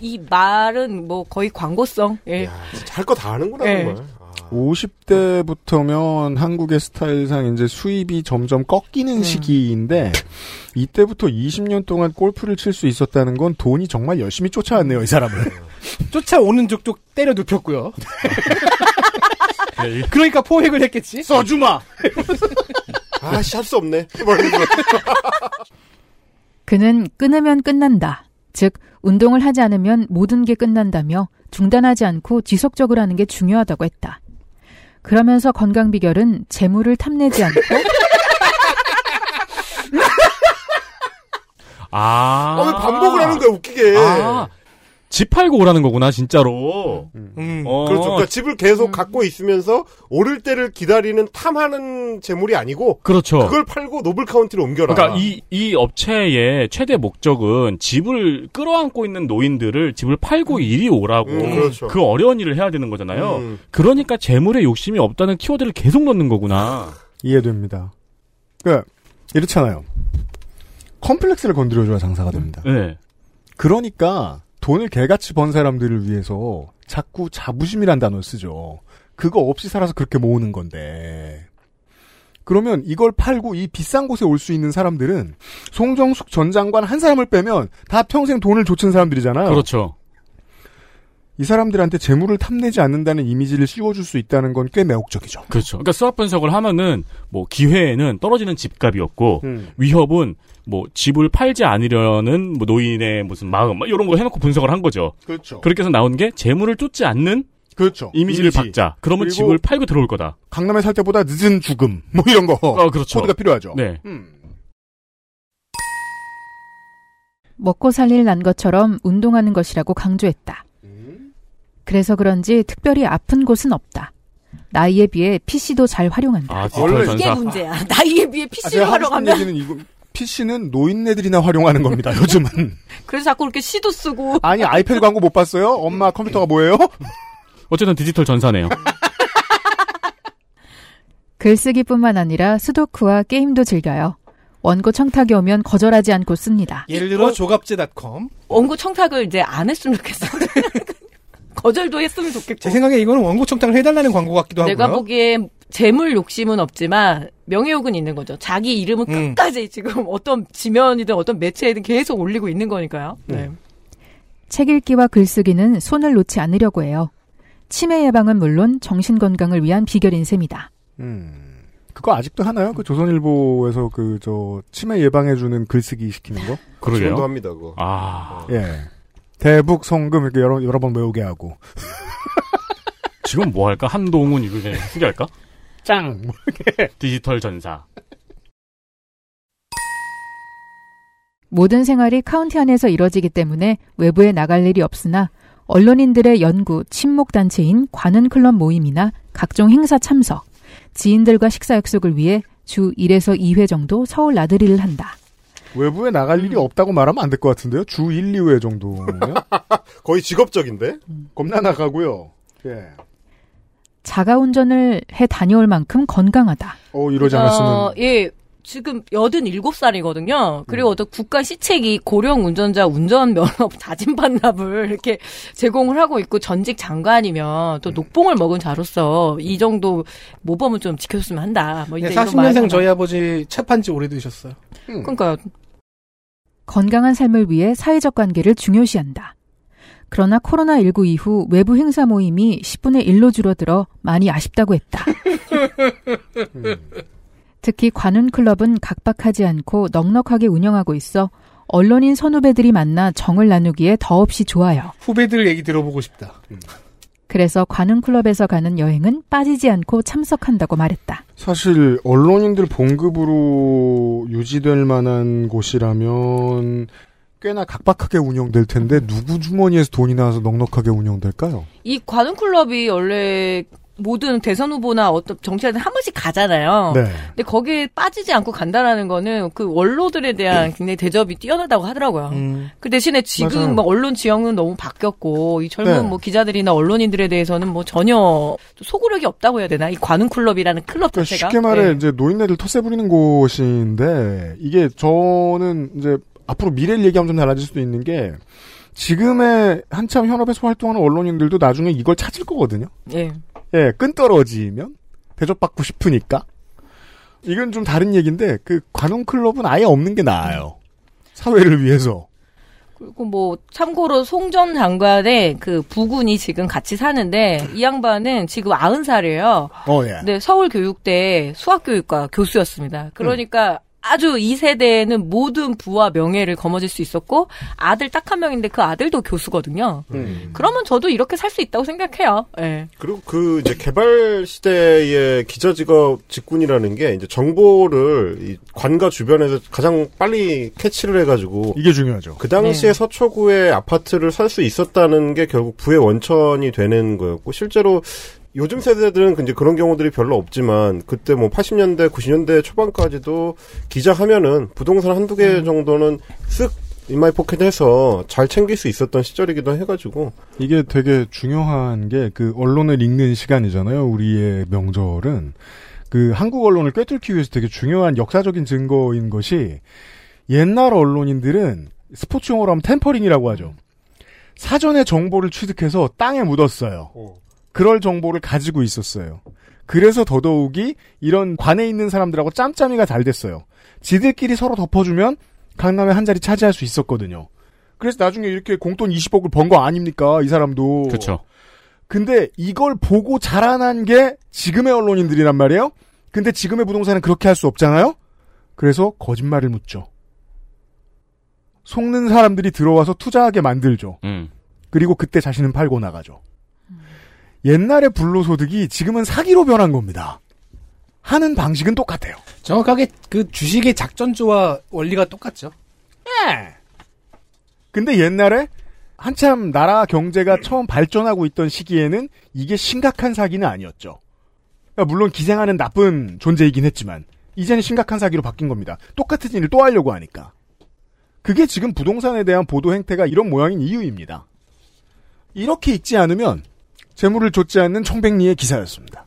G: 이 말은 뭐 거의 광고성. 예.
F: 야, 진짜 할 거 다 하는구나,
G: 네.
F: 정말. 아,
C: 50대부터면 한국의 스타일상 이제 수입이 점점 꺾이는 시기인데 이때부터 20년 동안 골프를 칠 수 있었다는 건 돈이 정말 열심히 쫓아왔네요 이 사람을
D: 음. 쫓아오는 쪽쪽 때려 눕혔고요.
E: 네, 이-
D: 그러니까 포획을 했겠지.
C: 써주마
F: 아 씨, 할 수 없네. 뭐 이런 거.
B: 그는 끊으면 끝난다. 즉, 운동을 하지 않으면 모든 게 끝난다며 중단하지 않고 지속적으로 하는 게 중요하다고 했다. 그러면서 건강 비결은 재물을 탐내지 않고
E: 아.
F: 아, 왜 반복을 하는 거야, 웃기게.
E: 아, 집 팔고 오라는 거구나 진짜로.
D: 음.
E: 어, 음.
F: 그렇죠. 그러니까 집을 계속 갖고 있으면서 오를 때를 기다리는 탐하는 재물이 아니고
E: 그렇죠.
F: 그걸 팔고 노블 카운티로 옮겨라.
E: 그러니까 이, 이 업체의 최대 목적은 집을 끌어안고 있는 노인들을 집을 팔고 이리 오라고
F: 음, 그렇죠.
E: 그 어려운 일을 해야 되는 거잖아요.
F: 음.
E: 그러니까 재물에 욕심이 없다는 키워드를 계속 넣는 거구나.
C: 이해됩니다. 그러니까 이렇잖아요. 컴플렉스를 건드려줘야 장사가 됩니다.
F: 음.
E: 네.
C: 그러니까 돈을 개같이 번 사람들을 위해서 자꾸 자부심이란 단어를 쓰죠. 그거 없이 살아서 그렇게 모으는 건데. 그러면 이걸 팔고 이 비싼 곳에 올 수 있는 사람들은 송정숙 전 장관 한 사람을 빼면 다 평생 돈을 좇은 사람들이잖아요.
E: 그렇죠.
C: 이 사람들한테 재물을 탐내지 않는다는 이미지를 씌워줄 수 있다는 건 꽤 매혹적이죠.
E: 그렇죠. 그러니까 수학 분석을 하면은 뭐 기회에는 떨어지는
C: 음.
E: 집값이었고 위협은 뭐 집을 팔지 않으려는 뭐 노인의 무슨 마음 막 이런 거 해놓고 분석을 한 거죠.
C: 그렇죠.
E: 그렇게 해서 나온 게 재물을 쫓지 않는
C: 그렇죠.
E: 이미지를 박자. 그러면
C: 그리고-
E: 집을 팔고 들어올 거다.
C: 강남에 살 때보다 늦은 죽음. 뭐 이런 거.
E: 어, 그렇죠.
C: 코드가 필요하죠.
E: 네.
C: 음.
B: 먹고 살릴 난 것처럼 운동하는 것이라고 강조했다. 그래서 그런지 특별히 아픈 곳은 없다. 나이에 비해 PC도 잘 활용한다.
E: 아,
C: 원래
E: 디지털
G: 이게
E: 전사.
G: 문제야. 나이에 비해
C: 아,
G: PC로
C: 제가 하고 싶은
G: 활용하면
C: 얘기는 이거 PC는 노인네들이나 활용하는 겁니다. 요즘은
G: 그래서 자꾸 이렇게 시도 쓰고
C: 아니 아이패드 광고 못 봤어요? 엄마 컴퓨터가 뭐예요?
E: 어쨌든 디지털 전사네요.
B: 글쓰기뿐만 아니라 수도크와 게임도 즐겨요. 원고 청탁이 오면 거절하지 않고 씁니다.
D: 예를 들어 조갑제닷컴.
G: 원고 청탁을 이제 안 했으면 좋겠어. 거절도 했으면 좋겠고.
D: 제 생각에 이거는 원고 청탁을 해달라는 광고 같기도 하고요.
G: 내가 보기엔 재물 욕심은 없지만 명예욕은 있는 거죠. 자기 이름은
D: 음.
G: 끝까지 지금 어떤 지면이든 어떤 매체이든 계속 올리고 있는 거니까요. 네.
B: 책 읽기와 글쓰기는 손을 놓지 않으려고 해요. 치매 예방은 물론 정신 건강을 위한 비결인 셈이다.
C: 음. 그거 아직도 하나요? 그 조선일보에서 그 저 치매 예방해 주는 글쓰기 시키는 거?
E: 그러게요.
F: 지금도 합니다, 그거. 어.
E: 아
C: 예. 대북 송금 이렇게 여러 여러 번 외우게 하고.
E: 지금 뭐 할까? 한동훈 이거 그냥 후기할까?
C: 짱.
E: 디지털 전사.
B: 모든 생활이 카운티 안에서 이뤄지기 때문에 외부에 나갈 일이 없으나 언론인들의 연구, 친목 단체인 관은 클럽 모임이나 각종 행사 참석, 지인들과 식사 약속을 위해 주 1에서 2회 정도 서울 나들이를 한다.
C: 외부에 나갈 일이 없다고 말하면 안 될 것 같은데요. 주 1, 2회 정도면
F: 거의 직업적인데?
C: 겁나 나가고요. 예.
B: 자가 운전을 해 다녀올 만큼 건강하다.
C: 어 이러지 않았으면
G: 어, 예. 지금 87살이거든요. 그리고 어떤 국가 시책이 고령 운전자 운전면허 자진 반납을 이렇게 제공을 하고 있고 전직 장관이면 또 녹봉을 먹은 자로서 이 정도 모범을 좀 지켜줬으면 한다. 뭐 이제
I: 네,
G: 이런
D: 40년생
G: 마음.
D: 저희 아버지 체판 지 오래되셨어요.
G: 그러니까요.
B: 건강한 삶을 위해 사회적 관계를 중요시한다. 그러나 코로나19 이후 외부 행사 모임이 10분의 1로 줄어들어 많이 아쉽다고 했다.
C: 음.
B: 특히 관훈 클럽은 각박하지 않고 넉넉하게 운영하고 있어 언론인 선후배들이 만나 정을 나누기에 더없이 좋아요.
D: 후배들 얘기 들어보고 싶다.
B: 그래서 관훈 클럽에서 가는 여행은 빠지지 않고 참석한다고 말했다.
C: 사실 언론인들 봉급으로 유지될 만한 곳이라면 꽤나 각박하게 운영될 텐데 누구 주머니에서 돈이 나와서 넉넉하게 운영될까요?
G: 이 관훈클럽이 원래 모든 대선 후보나 어떤 정치한테 한 번씩 가잖아요.
C: 네.
G: 근데 거기에 빠지지 않고 간다라는 거는 그 원로들에 대한 굉장히 대접이 뛰어나다고
C: 음.
G: 하더라고요. 그 대신에
C: 맞아요.
G: 지금 막 언론 지형은 너무 바뀌었고 이 젊은
C: 네.
G: 뭐 기자들이나 언론인들에 대해서는 뭐 전혀 소구력이 없다고 해야 되나 이 관훈클럽이라는 클럽
C: 그러니까
G: 자체가
C: 쉽게 말해
G: 네.
C: 이제 노인네들 터세 부리는 곳인데 이게 저는 이제 앞으로 미래를 얘기하면 좀 달라질 수도 있는 게 지금의 한참 현업에서 활동하는 언론인들도 나중에 이걸 찾을 거거든요.
G: 예.
C: 예, 끈 떨어지면 대접받고 싶으니까. 이건 좀 다른 얘기인데 그 관훈 클럽은 아예 없는 게 나아요. 사회를 위해서.
G: 그리고 뭐 참고로 송 전 장관의 그 부군이 지금 같이 사는데 이 양반은 지금 90살이에요.
C: 어, 예.
G: 네, 서울교육대 수학교육과 교수였습니다. 그러니까 아주 이 세대에는 모든 부와 명예를 거머쥘 수 있었고 아들 딱 한 명인데 그 아들도 교수거든요.
C: 음.
G: 그러면 저도 이렇게 살 수 있다고 생각해요. 예.
F: 그리고 그 이제 개발 시대의 기자 직업 직군이라는 게 이제 정보를 이 관과 주변에서 가장 빨리 캐치를 해가지고
C: 이게 중요하죠.
F: 그 당시에
G: 네.
F: 서초구에 아파트를 살 수 있었다는 게 결국 부의 원천이 되는 거였고 실제로 요즘 세대들은 이제 그런 경우들이 별로 없지만 그때 뭐 80년대 90년대 초반까지도 기자 하면은 부동산 한두 개
C: 음.
F: 정도는 쓱 이마이포켓해서 잘 챙길 수 있었던 시절이기도 해가지고
C: 이게 되게 중요한 게 그 언론을 읽는 시간이잖아요. 우리의 명절은 그 한국 언론을 꿰뚫기 위해서 되게 중요한 역사적인 증거인 것이 옛날 언론인들은 스포츠 용어로 하면 템퍼링이라고 하죠. 사전에 정보를 취득해서 땅에 묻었어요. 그럴 정보를 가지고 있었어요. 그래서 더더욱이 이런 관에 있는 사람들하고 짬짬이가 잘 됐어요. 지들끼리 서로 덮어주면 강남에 한 자리 차지할 수 있었거든요. 그래서 나중에 이렇게 공돈 20억을 번 거 아닙니까? 이 사람도.
E: 그렇죠.
C: 근데 이걸 보고 자라난 게 지금의 언론인들이란 말이에요. 근데 지금의 부동산은 그렇게 할 수 없잖아요. 그래서 거짓말을 묻죠. 속는 사람들이 들어와서 투자하게 만들죠.
E: 음.
C: 그리고 그때 자신은 팔고 나가죠. 옛날의 불로소득이 지금은 사기로 변한 겁니다. 하는 방식은 똑같아요.
D: 정확하게 그 주식의 작전주와 원리가 똑같죠.
C: 근데 옛날에 한참 나라 경제가 처음 발전하고 있던 시기에는 이게 심각한 사기는 아니었죠. 그러니까 물론 기생하는 나쁜 존재이긴 했지만 이제는 심각한 사기로 바뀐 겁니다. 똑같은 일을 또 하려고 하니까. 그게 지금 부동산에 대한 보도 행태가 이런 모양인 이유입니다. 이렇게 있지 않으면 재물을 줬지 않는 청백리의 기사였습니다.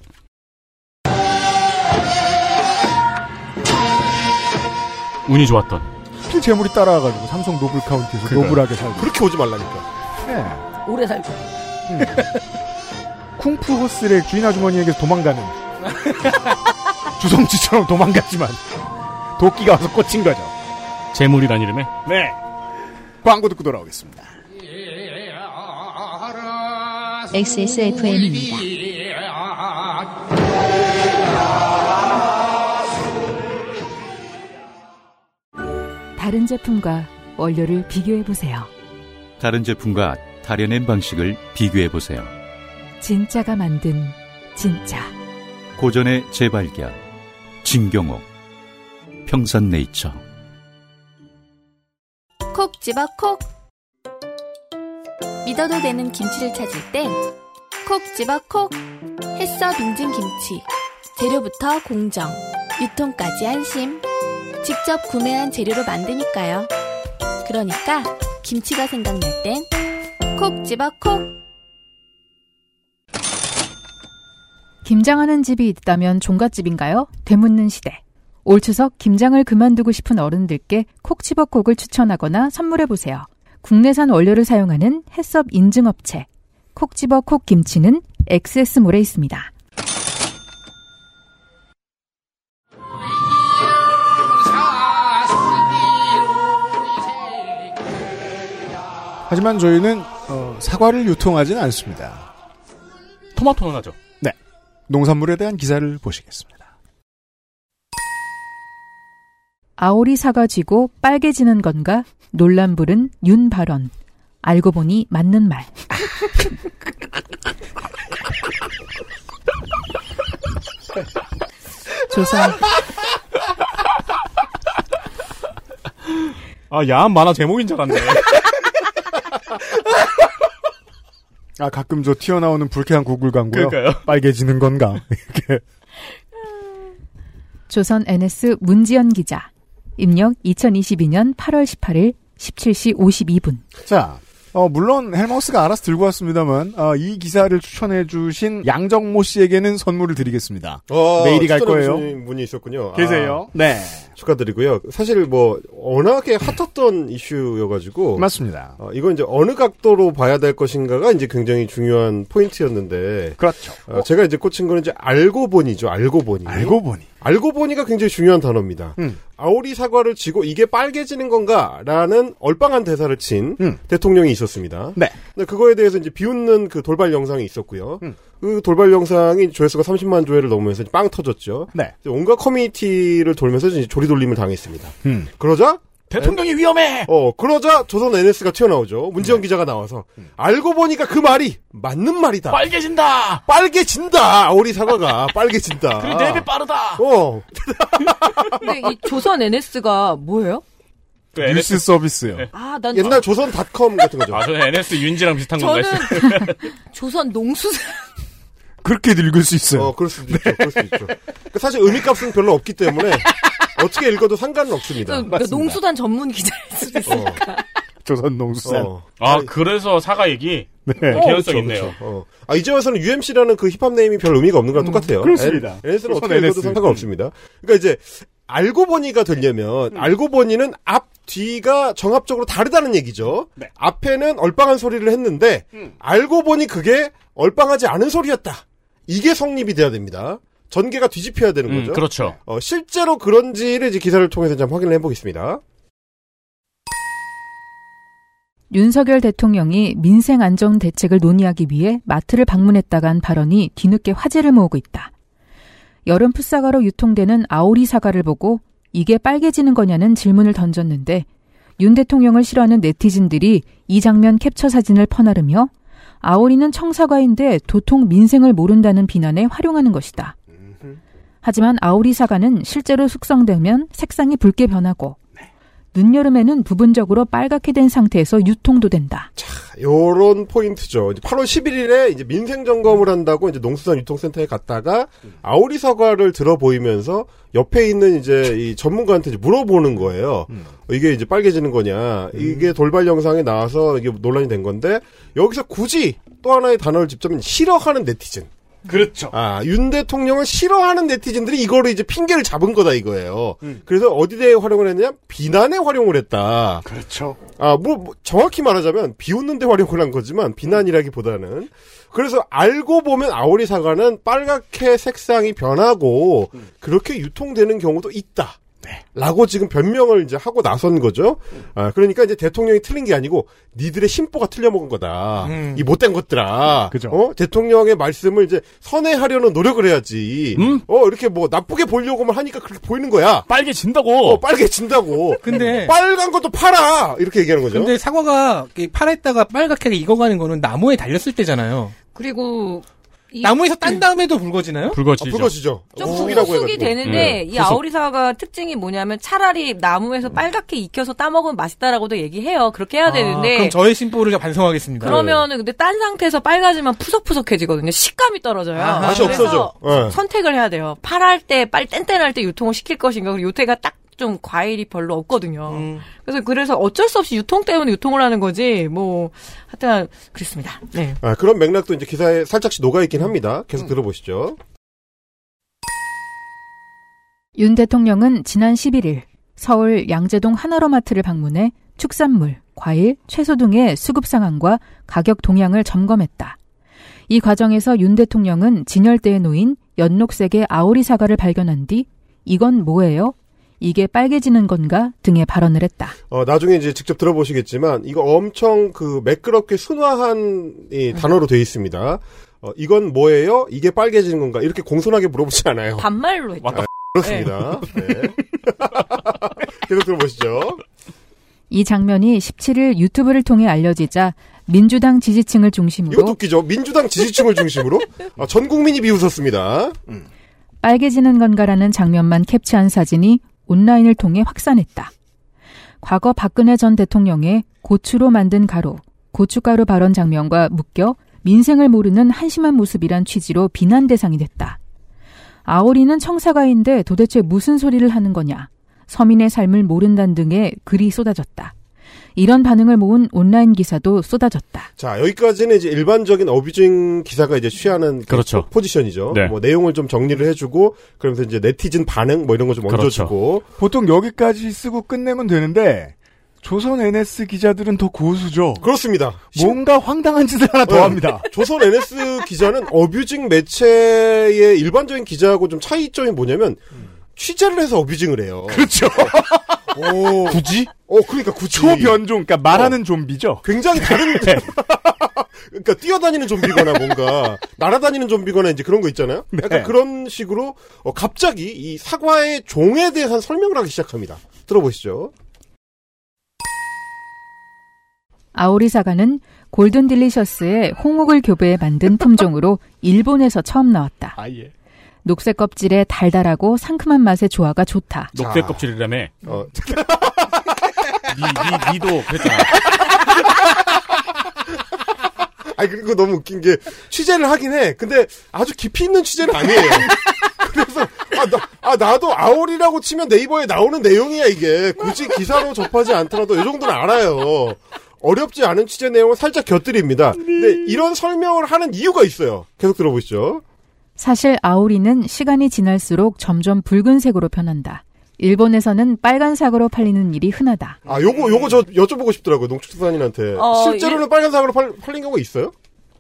E: 운이 좋았던.
C: 필그 재물이 따라와가지고 삼성 노블 카운티에서
E: 그러니까요.
C: 노블하게 살고
F: 그렇게 오지 말라니까
C: 네.
G: 오래 살고.
C: 쿵푸 호스의 주인 아주머니에게서 도망가는 주성치처럼 도망갔지만 도끼가 와서 꽂힌 거죠.
E: 재물이란 이름에
C: 네. 광고 듣고 돌아오겠습니다.
K: 알아서
A: XSFM입니다.
B: 다른 제품과 원료를 비교해 보세요.
K: 다른 제품과 다려낸 방식을 비교해 보세요.
B: 진짜가 만든 진짜.
K: 고전의 재발견. 진경옥. 평산네이처.
I: 콕 집어 콕 믿어도 되는 김치를 찾을 땐 콕 집어 콕 햇서 빙진 김치 재료부터 공정 유통까지 안심 직접 구매한 재료로 만드니까요 그러니까 김치가 생각날 땐 콕 집어 콕
B: 김장하는 집이 있다면 종갓집인가요? 되묻는 시대. 올 추석 김장을 그만두고 싶은 어른들께 콕 집어 콕을 추천하거나 선물해 보세요. 국내산 원료를 사용하는 햇섭 인증업체 콕 집어 콕 김치는 엑세스몰에 있습니다.
C: 하지만 저희는 어, 사과를 유통하진 않습니다.
E: 토마토는 하죠.
C: 네. 농산물에 대한 기사를 보시겠습니다.
B: 아오리 사가 지고 빨개지는 건가? 논란불은 윤 발언. 알고 보니 맞는 말. 조사
E: 아, 야한 만화 제목인 줄 알았네.
C: 아 가끔 저 튀어나오는 불쾌한 구글 광고요.
E: 그러니까요.
C: 빨개지는 건가? 이렇게
B: 조선 NS 문지연 기자. 입력 2022년 8월 18일 17시 52분.
C: 자, 어, 물론 헬마우스가 알아서 들고 왔습니다만 어, 이 기사를 추천해주신 양정모 씨에게는 선물을 드리겠습니다.
F: 어,
C: 메일이 갈 거예요.
F: 분이 있었군요.
C: 계세요.
F: 아,
C: 네.
F: 축하드리고요. 사실 뭐 워낙에 핫했던 이슈여가지고
C: 맞습니다.
F: 어, 이건 이제 어느 각도로 봐야 될 것인가가 이제 굉장히 중요한 포인트였는데
C: 그렇죠.
F: 어, 제가 이제 꽂힌 거는 이제 알고 보니죠. 알고 보니.
C: 알고 보니
F: 알고 보니가 굉장히 중요한 단어입니다.
C: 음.
F: 아오리 사과를 지고 이게 빨개지는 건가라는 얼빵한 대사를 친
C: 음.
F: 대통령이 있었습니다.
C: 네.
F: 근데 그거에 대해서 이제 비웃는 그 돌발 영상이 있었고요.
C: 음.
F: 그 돌발 영상이 조회수가 30만 조회를 넘으면서 이제 빵 터졌죠.
C: 네.
F: 이제 온갖 커뮤니티를 돌면서 이제 조리돌림을 당했습니다.
C: 음.
F: 그러자
E: 대통령이 위험해!
F: 어 그러자 조선 NS가 튀어나오죠. 문재영
C: 네.
F: 기자가 나와서 알고 보니까 그 말이 맞는 말이다.
C: 아,
E: 빨개진다!
F: 빨개진다. 아오리 사과가 빨개진다.
E: 그리고 랩이
D: 아,
E: 빠르다!
F: 어
G: 근데 이 조선 NS가 뭐예요?
E: 그 NS,
C: 뉴스 서비스요.
G: 아, 난
F: 옛날 조선닷컴 같은 거죠.
E: 아, 저는 NS 윤지랑 비슷한 건가
G: 저는
E: 했어요.
G: 조선 농수산
C: 그렇게 읽을 수 있어요.
F: 어, 그럴 수도
E: 네.
F: 있죠. 그럴 수도 있죠. 그 사실 의미값은 별로 없기 때문에 어떻게 읽어도 상관은 없습니다.
G: 그 음, 농수단 전문 기자일 수도 있어.
F: 어,
C: 조선 농수산.
F: 어.
E: 아, 그래서 사과 얘기?
C: 네.
E: 개연성
F: 그쵸,
E: 있네요.
F: 그쵸. 어. 아, 이제 와서는 UMC라는 그 힙합 네임이 별 의미가 없는 거랑 똑같아요.
C: 음, 그렇습니다.
F: NS는
C: 우선
F: 어떻게 읽어도
C: NS.
F: 상관없습니다. 그러니까 이제 알고 보니가
C: 음.
F: 되려면 알고 보니는 앞 뒤가 정합적으로 다르다는 얘기죠.
C: 네. 음.
F: 앞에는 얼빵한 소리를 했는데 알고 보니 그게 얼빵하지 않은 소리였다. 이게 성립이 돼야 됩니다. 전개가 뒤집혀야 되는
E: 음,
F: 거죠.
E: 그렇죠.
F: 어, 실제로 그런지를 이제 기사를 통해서 좀 확인을 해보겠습니다.
B: 윤석열 대통령이 민생 안정 대책을 논의하기 위해 마트를 방문했다가 한 발언이 뒤늦게 화제를 모으고 있다. 여름 풋사과로 유통되는 아오리 사과를 보고 이게 빨개지는 거냐는 질문을 던졌는데 윤 대통령을 싫어하는 네티즌들이 이 장면 캡처 사진을 퍼나르며 아오리는 청사과인데 도통 민생을 모른다는 비난에 활용하는 것이다. 하지만 아오리 사과는 실제로 숙성되면 색상이 붉게 변하고 눈여름에는 부분적으로 빨갛게 된 상태에서 유통도 된다.
F: 요런 포인트죠. 이제 8월 11일에 이제 민생 점검을 한다고 이제 농수산 유통센터에 갔다가 아오리 사과를 들어 보이면서 옆에 있는 이제 이 전문가한테 이제 물어보는 거예요.
E: 음.
F: 어, 이게 이제 빨개지는 거냐. 이게 돌발 영상에 나와서 이게 논란이 된 건데 여기서 굳이 또 하나의 단어를 집자면 싫어하는 네티즌.
E: 그렇죠.
F: 아, 윤 대통령을 싫어하는 네티즌들이 이거를 이제 핑계를 잡은 거다 이거예요.
E: 음.
F: 그래서 어디에 활용을 했냐? 비난에 활용을 했다.
C: 그렇죠.
F: 아, 뭐, 뭐 정확히 말하자면 비웃는데 활용을 한 거지만 비난이라기보다는 그래서 알고 보면 아오리 사과는 빨갛게 색상이 변하고 그렇게 유통되는 경우도 있다. 라고 지금 변명을 이제 하고 나선 거죠. 아, 그러니까 이제 대통령이 틀린 게 아니고 니들의 심보가 틀려먹은 거다.
C: 음.
F: 이 못된 것들아. 어? 대통령의 말씀을 이제 선회하려는 노력을 해야지. 어, 이렇게 뭐 나쁘게 보려고만 하니까 그렇게 보이는 거야.
E: 빨개진다고.
F: 어, 빨개진다고.
I: 네.
D: 근데
F: 빨간 것도 팔아. 이렇게 얘기하는 거죠.
D: 근데 사과가 이렇게 파랬다가 빨갛게 익어가는 거는 나무에 달렸을 때잖아요.
G: 그리고
I: 예.
G: 이-
D: 나무에서 딴 다음에도 붉어지나요?
E: 붉어지죠.
F: 붉어지죠.
G: 좀 아, 후숙이
F: 네,
G: 되는데 이 아오리사가 특징이 뭐냐면 차라리 나무에서
F: 음.
G: 빨갛게 익혀서 따먹으면 맛있다라고도 얘기해요. 그렇게
F: 아,
G: 해야 되는데
D: 그럼 저의 심보를 반성하겠습니다.
G: 그러면은 근데 딴 상태에서 빨가지만 푸석푸석해지거든요. 식감이 떨어져요.
D: 아하. 맛이
G: 그래서
D: 없어져. 예.
G: 선택을 해야 돼요. 팔할 때, 빨 뗀뗀할 때 유통을 시킬 것인가. 그리고 요태가 딱 좀 과일이 별로 없거든요.
D: 음.
G: 그래서 그래서 어쩔 수 없이 유통 때문에 유통을 하는 거지. 뭐 하여튼 그렇습니다. 네.
F: 아, 그런 맥락도 이제 기사에 살짝씩 녹아있긴 합니다.
G: 음.
F: 계속 들어보시죠.
B: 윤 대통령은 지난 11일 서울 양재동 하나로마트를 방문해 축산물, 과일, 채소 등의 수급 상황과 가격 동향을 점검했다. 이 과정에서 윤 대통령은 진열대에 놓인 연록색의 아오리 사과를 발견한 뒤 이건 뭐예요? 이게 빨개지는 건가? 등의 발언을 했다.
F: 어, 나중에 이제 직접 들어보시겠지만, 이거 엄청 그 매끄럽게 순화한
G: 음.
F: 이 단어로 되어 있습니다. 어, 이건 뭐예요? 이게 빨개지는 건가? 이렇게 공손하게 물어보지 않아요.
G: 반말로 했죠.
F: 아, 그렇습니다. 네. 계속 들어보시죠.
B: 이 장면이 17일 유튜브를 통해 알려지자 민주당 지지층을 중심으로
G: 뭐?
F: 이것도 웃기죠. 민주당 지지층을 중심으로 아, 전 국민이 비웃었습니다. 음.
B: 빨개지는 건가라는 장면만 캡처한 사진이 온라인을 통해 확산했다. 과거 박근혜 전 대통령의 고추로 만든 가루, 고춧가루 발언 장면과 묶여 민생을 모르는 한심한 모습이란 취지로 비난 대상이 됐다. 아오리는 청사가인데 도대체 무슨 소리를 하는 거냐. 서민의 삶을 모른다는 등의 글이 쏟아졌다. 이런 반응을 모은 온라인 기사도 쏟아졌다.
F: 자, 여기까지는 이제 일반적인 어뷰징 기사가 이제 취하는 그
E: 그렇죠.
F: 포지션이죠.
E: 네.
F: 뭐 내용을 좀 정리를 해주고, 그러면서 이제 네티즌 반응 뭐 이런 거 좀
E: 그렇죠.
F: 얹어주고.
C: 보통 여기까지 쓰고 끝내면 되는데 조선 NS 기자들은 더 고수죠.
F: 그렇습니다.
C: 뭔가 황당한 짓을 하나 뭐 더
E: 네.
F: 어,
C: 합니다.
F: 조선 NS 기자는 어뷰징 매체의 일반적인 기자하고 좀 차이점이 뭐냐면 취재를 해서 어뷰징을 해요.
C: 그렇죠.
F: 오,
C: 굳이?
F: 어, 그러니까 굳이
C: 초변종, 그러니까 말하는
E: 어.
C: 좀비죠.
F: 굉장히 다른 그러니까 뛰어다니는 좀비거나 뭔가 날아다니는 좀비거나 이제 그런 거 있잖아요. 약간
C: 네.
F: 그런 식으로 어, 갑자기 이 사과의 종에 대한 설명을 하기 시작합니다. 들어보시죠.
B: 아오리 사과는 골든 딜리셔스의 홍옥을 교배해 만든 품종으로 일본에서 처음 나왔다.
E: 아예.
B: 녹색 껍질에 달달하고 상큼한 맛의 조화가 좋다.
E: 녹색
F: 자.
E: 껍질이라며. 니,
F: 어,
E: 니, 니도 그랬잖아.
F: 아 그리고 너무 웃긴 게 취재를 하긴 해. 근데 아주 깊이 있는 취재는 아니에요. 그래서 아, 나, 아 나도 아오리라고 치면 네이버에 나오는 내용이야 이게 굳이 기사로 접하지 않더라도 이 정도는 알아요. 어렵지 않은 취재 내용을 살짝 곁들입니다. 근데 이런 설명을 하는 이유가 있어요. 계속 들어보시죠.
B: 사실 아오리는 시간이 지날수록 점점 붉은색으로 변한다. 일본에서는 빨간 사과로 팔리는 일이 흔하다.
F: 아 요거 요거 저 여쭤보고 싶더라고요 농축산인한테
G: 어,
F: 실제로는 빨간 사과로 팔, 팔린 경우가 있어요?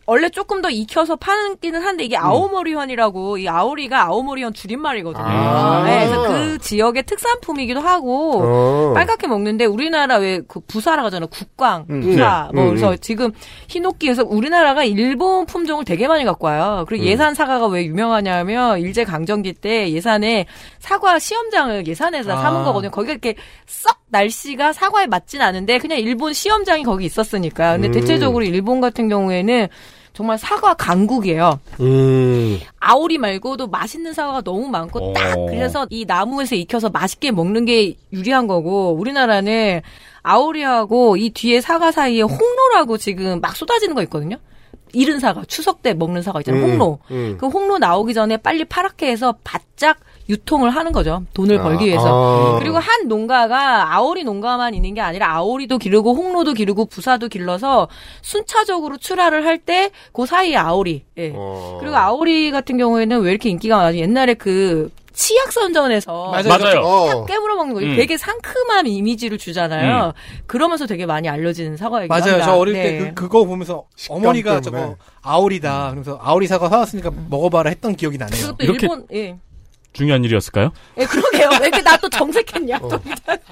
G: 원래 조금 더 익혀서 파는 기는 한데
D: 음.
G: 이게 아오모리현이라고 이 아오리가 아오모리현 줄임말이거든요.
F: 아.
G: 네, 그래서 그 지역의 특산품이기도 하고
F: 어.
G: 빨갛게 먹는데 우리나라 왜 그 부사라고 하잖아 국광
F: 음,
G: 부사
F: 네.
G: 뭐
F: 음,
G: 그래서
F: 음.
G: 지금 히노키에서 우리나라가 일본 품종을 되게 많이 갖고 와요.
F: 음.
G: 그리고 예산 사과가 왜 유명하냐면 일제 강점기 때 예산에 사과 시험장을 예산에서
D: 아.
G: 사는 거거든요. 거기가 이렇게 썩 날씨가 사과에 맞진 않은데 그냥 일본 시험장이 거기 있었으니까. 근데
F: 음.
G: 대체적으로 일본 같은 경우에는 정말 사과 강국이에요.
F: 음
G: 아오리 말고도 맛있는 사과가 너무 많고
E: 어.
G: 딱 그래서 이 나무에서 익혀서 맛있게 먹는 게 유리한 거고 우리나라는 아오리하고 이 뒤에 사과 사이에 홍로라고 지금 막 쏟아지는 거 있거든요. 이른 사과, 추석 때 먹는 사과 있잖아요.
F: 음,
G: 홍로.
F: 음.
G: 그 홍로 나오기 전에 빨리 파랗게 해서 바짝 유통을 하는 거죠. 돈을 벌기
F: 아,
G: 위해서.
F: 아.
G: 그리고 한 농가가 아오리 농가만 있는 게 아니라 아오리도 기르고 홍로도 기르고 부사도 길러서 순차적으로 출하를 할 때 그 사이에 아오리. 예.
F: 어.
G: 그리고 아오리 같은 경우에는 왜 이렇게 인기가 많아지? 옛날에 그 치약 선전에서
E: 맞아요.
F: 어.
G: 깨물어 먹는 거
E: 음.
G: 되게 상큼한 이미지를 주잖아요. 그러면서 되게 많이 알려지는 사과이긴
D: 맞아요.
G: 합니다.
D: 저 어릴
G: 네.
D: 때 그, 그거 보면서 어머니가
C: 때문에.
D: 저거 아오리다. 음. 그래서 아오리 사과 사왔으니까 먹어봐라 했던 기억이 나네요.
G: 그것도
E: 이렇게-
G: 일본 예.
E: 중요한 일이었을까요?
G: 예, 그러게요. 왜 이렇게 나 또 정색했냐. 또.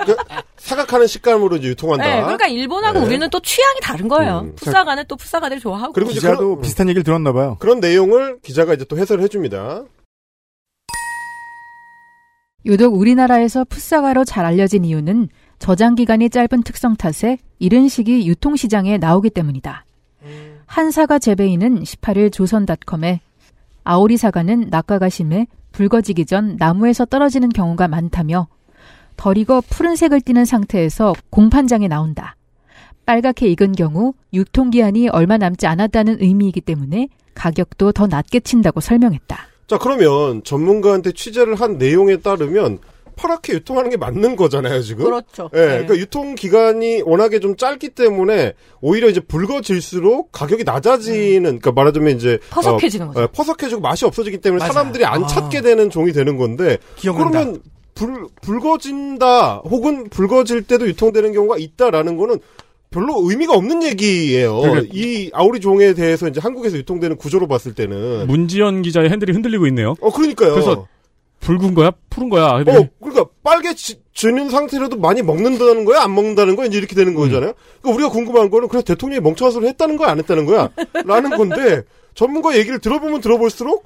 F: 그 사각하는 어, 식감으로 이제 유통한다.
G: 네, 그러니까 일본하고
F: 네.
G: 우리는 또 취향이 다른 거예요.
F: 음.
G: 푸사가는 또 푸사가들 좋아하고.
F: 그리고 이제
C: 기자도
F: 그런-
C: 비슷한 얘기를 들었나 봐요.
F: 그런 내용을 기자가 이제 또 해설을 해줍니다.
B: 유독 우리나라에서 풋사과로 잘 알려진 이유는 저장 기간이 짧은 특성 탓에 이른 시기 유통 시장에 나오기 때문이다. 한사과 재배인은 18일 조선닷컴에 아오리 사과는 낙과가 심해 붉어지기 전 나무에서 떨어지는 경우가 많다며 덜 익어 푸른색을 띠는 상태에서 공판장에 나온다. 빨갛게 익은 경우 유통기한이 얼마 남지 않았다는 의미이기 때문에 가격도 더 낮게 친다고 설명했다.
F: 자, 그러면 전문가한테 취재를 한 내용에 따르면 파랗게 유통하는 게 맞는 거잖아요, 지금.
G: 그렇죠.
F: 예, 그러니까 유통 기간이 워낙에 좀 짧기 때문에 오히려 이제 붉어질수록 가격이 낮아지는, 그러니까 말하자면 이제
G: 퍼석해지는 거죠.
F: 예, 퍼석해지고 맛이 없어지기 때문에
D: 맞아요.
F: 사람들이 안
D: 아.
F: 찾게 되는 종이 되는 건데.
D: 기억난다.
F: 그러면 불 붉어진다 혹은 붉어질 때도 유통되는 경우가 있다라는 거는 별로 의미가 없는 얘기예요.
E: 그러니까-
F: 이 아오리 종에 대해서 이제 한국에서 유통되는 구조로 봤을 때는
D: 뭐
E: 문지연 기자의 핸들이 흔들리고 있네요.
F: 어 그러니까요.
E: 그래서 붉은 거야? 푸른 거야? 근데
F: 어, 그러니까 빨개 지, 지는 상태라도 많이 먹는다는 거야, 안 먹는다는 거야, 이제 이렇게
E: 음.
F: 되는 거잖아요. 그러니까 우리가 궁금한 거는 그래서 대통령이 멍청한 소리 했다는 거야, 안 했다는 거야, 라는 건데 전문가 얘기를 들어보면 들어볼수록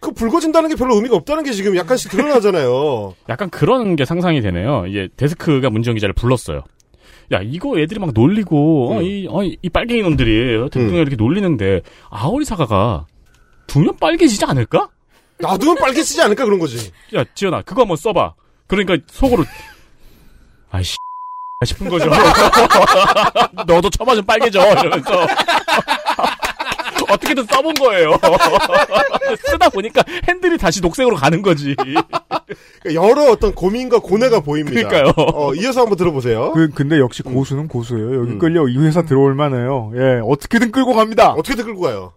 F: 그 붉어진다는 게 별로 의미가 없다는 게 지금 약간씩 드러나잖아요.
E: 약간 그런 게 상상이 되네요. 이게 데스크가 문지영 기자를 불렀어요. 야, 이거 애들이 막 놀리고,
F: 음.
E: 어, 이, 어, 이 빨갱이 놈들이 대통령 이렇게 놀리는데, 아오리 사과가 두면 빨개지지 않을까?
F: 나도 빨개지지 않을까 그런 거지.
E: 야, 지연아, 그거 한번 써봐. 그러니까 속으로, 아이씨, 싶은 거죠. 너도 쳐봐 좀 빨개져. 이러면서. 어떻게든 써본 거예요. 쓰다 보니까 핸들이 다시 녹색으로 가는 거지.
F: 그러니까 여러 어떤 고민과 고뇌가 보입니다.
E: 그러니까요.
F: 어, 이어서 한번 들어보세요.
C: 그, 근데 역시 고수는 고수예요. 여기
F: 음.
C: 끌려 이 회사 들어올 만해요. 예, 어떻게든 끌고 갑니다.
F: 어떻게든 끌고 가요.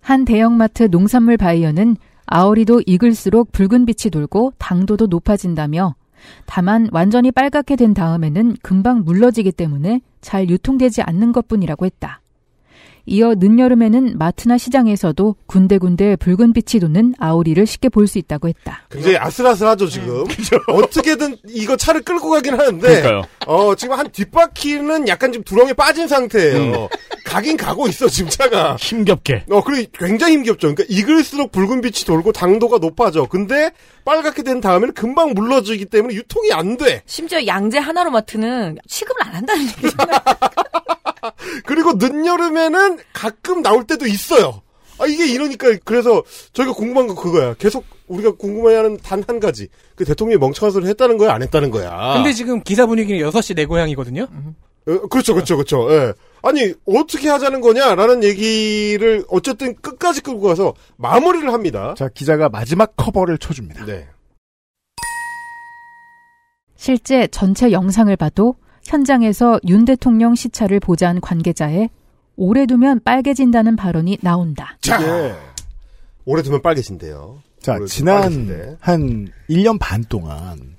B: 한 대형마트 농산물 바이어는 아오리도 익을수록 붉은 빛이 돌고 당도도 높아진다며 다만 완전히 빨갛게 된 다음에는 금방 물러지기 때문에 잘 유통되지 않는 것뿐이라고 했다. 이어 늦여름에는 마트나 시장에서도 군데군데 붉은 빛이 도는 아오리를 쉽게 볼 수 있다고 했다.
F: 굉장히 아슬아슬하죠
D: 음.
F: 지금. 어떻게든 이거 차를 끌고 가긴 하는데.
E: 그러니까요.
F: 어, 지금 한 뒷바퀴는 약간 지금 두렁에 빠진
E: 음.
F: 상태예요. 가긴 가고 있어, 지금 차가.
E: 힘겹게.
F: 어, 그리고 굉장히 힘겹죠. 그러니까 익을수록 붉은 빛이 돌고 당도가 높아져. 근데 빨갛게 된 다음에는 금방 물러지기 때문에 유통이 안 돼.
G: 심지어 양재 하나로마트는 취급을 안 한다는 얘기죠.
F: 그리고 늦여름에는 가끔 나올 때도 있어요. 아, 이게 이러니까, 그래서 저희가 궁금한 건 그거야. 계속 우리가 궁금해하는 단 한 가지. 그 대통령이 멍청한 소리를 했다는 거야, 안 했다는 거야.
D: 근데 지금 기사 분위기는 6시 내 고향이거든요.
F: 어, 그렇죠, 그렇죠, 그렇죠. 예. 아니 어떻게 하자는 거냐라는 얘기를 어쨌든 끝까지 끌고 가서 마무리를 합니다.
C: 자, 기자가 마지막 커버를 쳐줍니다.
F: 네.
B: 실제 전체 영상을 봐도 현장에서 윤 대통령 시차를 보좌한 관계자의 오래 두면 빨개진다는 발언이 나온다.
F: 자, 오래 두면 빨개진대요.
C: 자,
F: 오래 두면
C: 지난
F: 빨개진대.
C: 한 1년 반 동안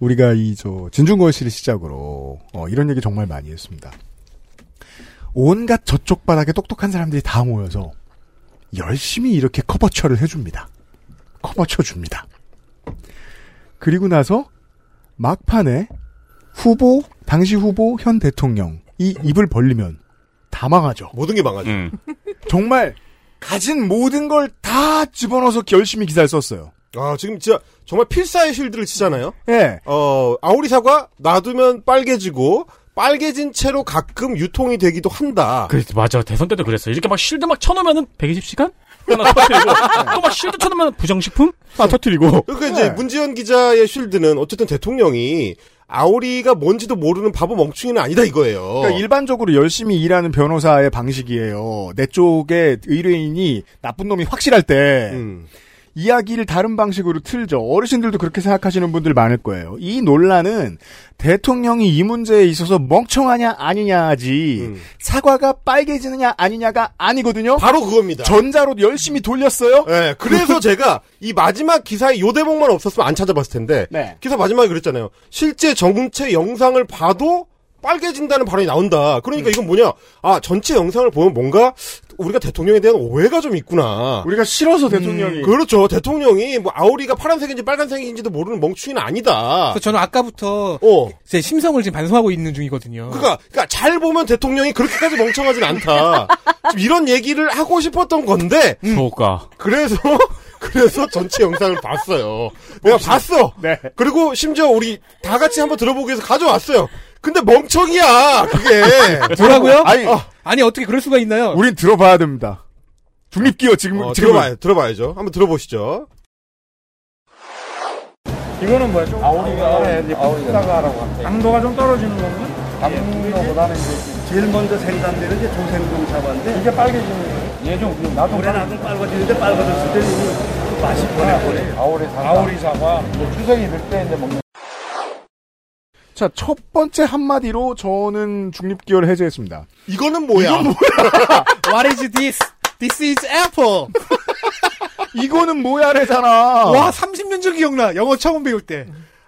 C: 우리가 이 저 진중권 씨를 시작으로 어, 이런 얘기 정말 많이 했습니다. 온갖 저쪽 바닥에 똑똑한 사람들이 다 모여서 열심히 이렇게 커버처를 해줍니다. 커버쳐 줍니다. 그리고 나서 막판에 후보, 당시 후보, 현 대통령이 입을 벌리면 다 망하죠.
F: 모든 게 망하죠.
E: 음.
C: 정말 가진 모든 걸 다 집어넣어서 열심히 기사를 썼어요.
F: 아 지금 진짜 정말 필사의 쉴드를 치잖아요.
C: 예.
F: 어 아오리 사과 놔두면 빨개지고 빨개진 채로 가끔 유통이 되기도 한다.
E: 그래, 맞아. 대선 때도 그랬어. 이렇게 막 실드 막 쳐놓으면은 120시간? 하나 터뜨리고, 또 막 실드 쳐놓으면 부정식품? 하나 아, 터뜨리고.
F: 그러니까 이제
C: 네.
F: 문지연 기자의 쉴드는 어쨌든 대통령이 아오리가 뭔지도 모르는 바보 멍충이는 아니다 이거예요.
E: 어.
C: 그러니까 일반적으로 열심히 일하는 변호사의 방식이에요. 내 쪽에 의뢰인이 나쁜 놈이 확실할 때
F: 음.
C: 이야기를 다른 방식으로 틀죠. 어르신들도 그렇게 생각하시는 분들 많을 거예요. 이 논란은 대통령이 이 문제에 있어서 멍청하냐 아니냐지
F: 음.
C: 사과가 빨개지느냐 아니냐가 아니거든요.
F: 바로 그겁니다.
C: 전자로 네. 열심히 돌렸어요.
F: 예, 그래서 제가 이 마지막 기사에 요 대목만 없었으면 안 찾아봤을 텐데
C: 네.
F: 기사 마지막에 그랬잖아요. 실제 전체 영상을 봐도 빨개진다는 발언이 나온다. 그러니까 이건 뭐냐? 아 전체 영상을 보면 뭔가 우리가 대통령에 대한 오해가 좀 있구나.
C: 우리가 싫어서 대통령이.
F: 그렇죠. 대통령이 뭐 아우리가 파란색인지 빨간색인지도 모르는 멍충이는 아니다.
D: 그래서 저는 아까부터
F: 어.
D: 제 심성을 지금 반성하고 있는 중이거든요.
F: 그러니까, 그러니까 잘 보면 대통령이 그렇게까지 멍청하진 않다. 지금 이런 얘기를 하고 싶었던 건데
E: 음. 효과.
F: 그래서 그래서 전체 영상을 봤어요. 내가 봤어.
C: 네.
F: 그리고 심지어 우리 다 같이 한번 들어보기 위해서 가져왔어요. 근데 멍청이야 그게.
D: 뭐라고요?
C: 아니,
D: 아니 어떻게 그럴 수가 있나요?
C: 우린 들어봐야 됩니다. 중립기어 지금
F: 어,
C: 지금
F: 들어봐요. 들어봐야죠. 한번 들어보시죠.
L: 이거는 뭐야? 좀 아우리가 아우리가 하라고 당도가 좀 떨어지는 거군요. 당도보다는 이제 제일 먼저 생산 되는 이제 조생동 사과인데 이게 빨개지는 거예요. 얘 좀 나도 올해 나도 빨개지는데 빨개졌을 때는 이거 맛이 보내버려요. 아우리 사과. 아우리 사과. 추석이 될 때 이제 먹는.
C: 자, 첫 번째 한마디로 저는 중립기어를 해제했습니다.
F: 이거는 뭐야?
D: What is this? This is apple.
C: 이거는 뭐야래잖아.
D: 와 30년 전 기억나. 영어 처음 배울 때.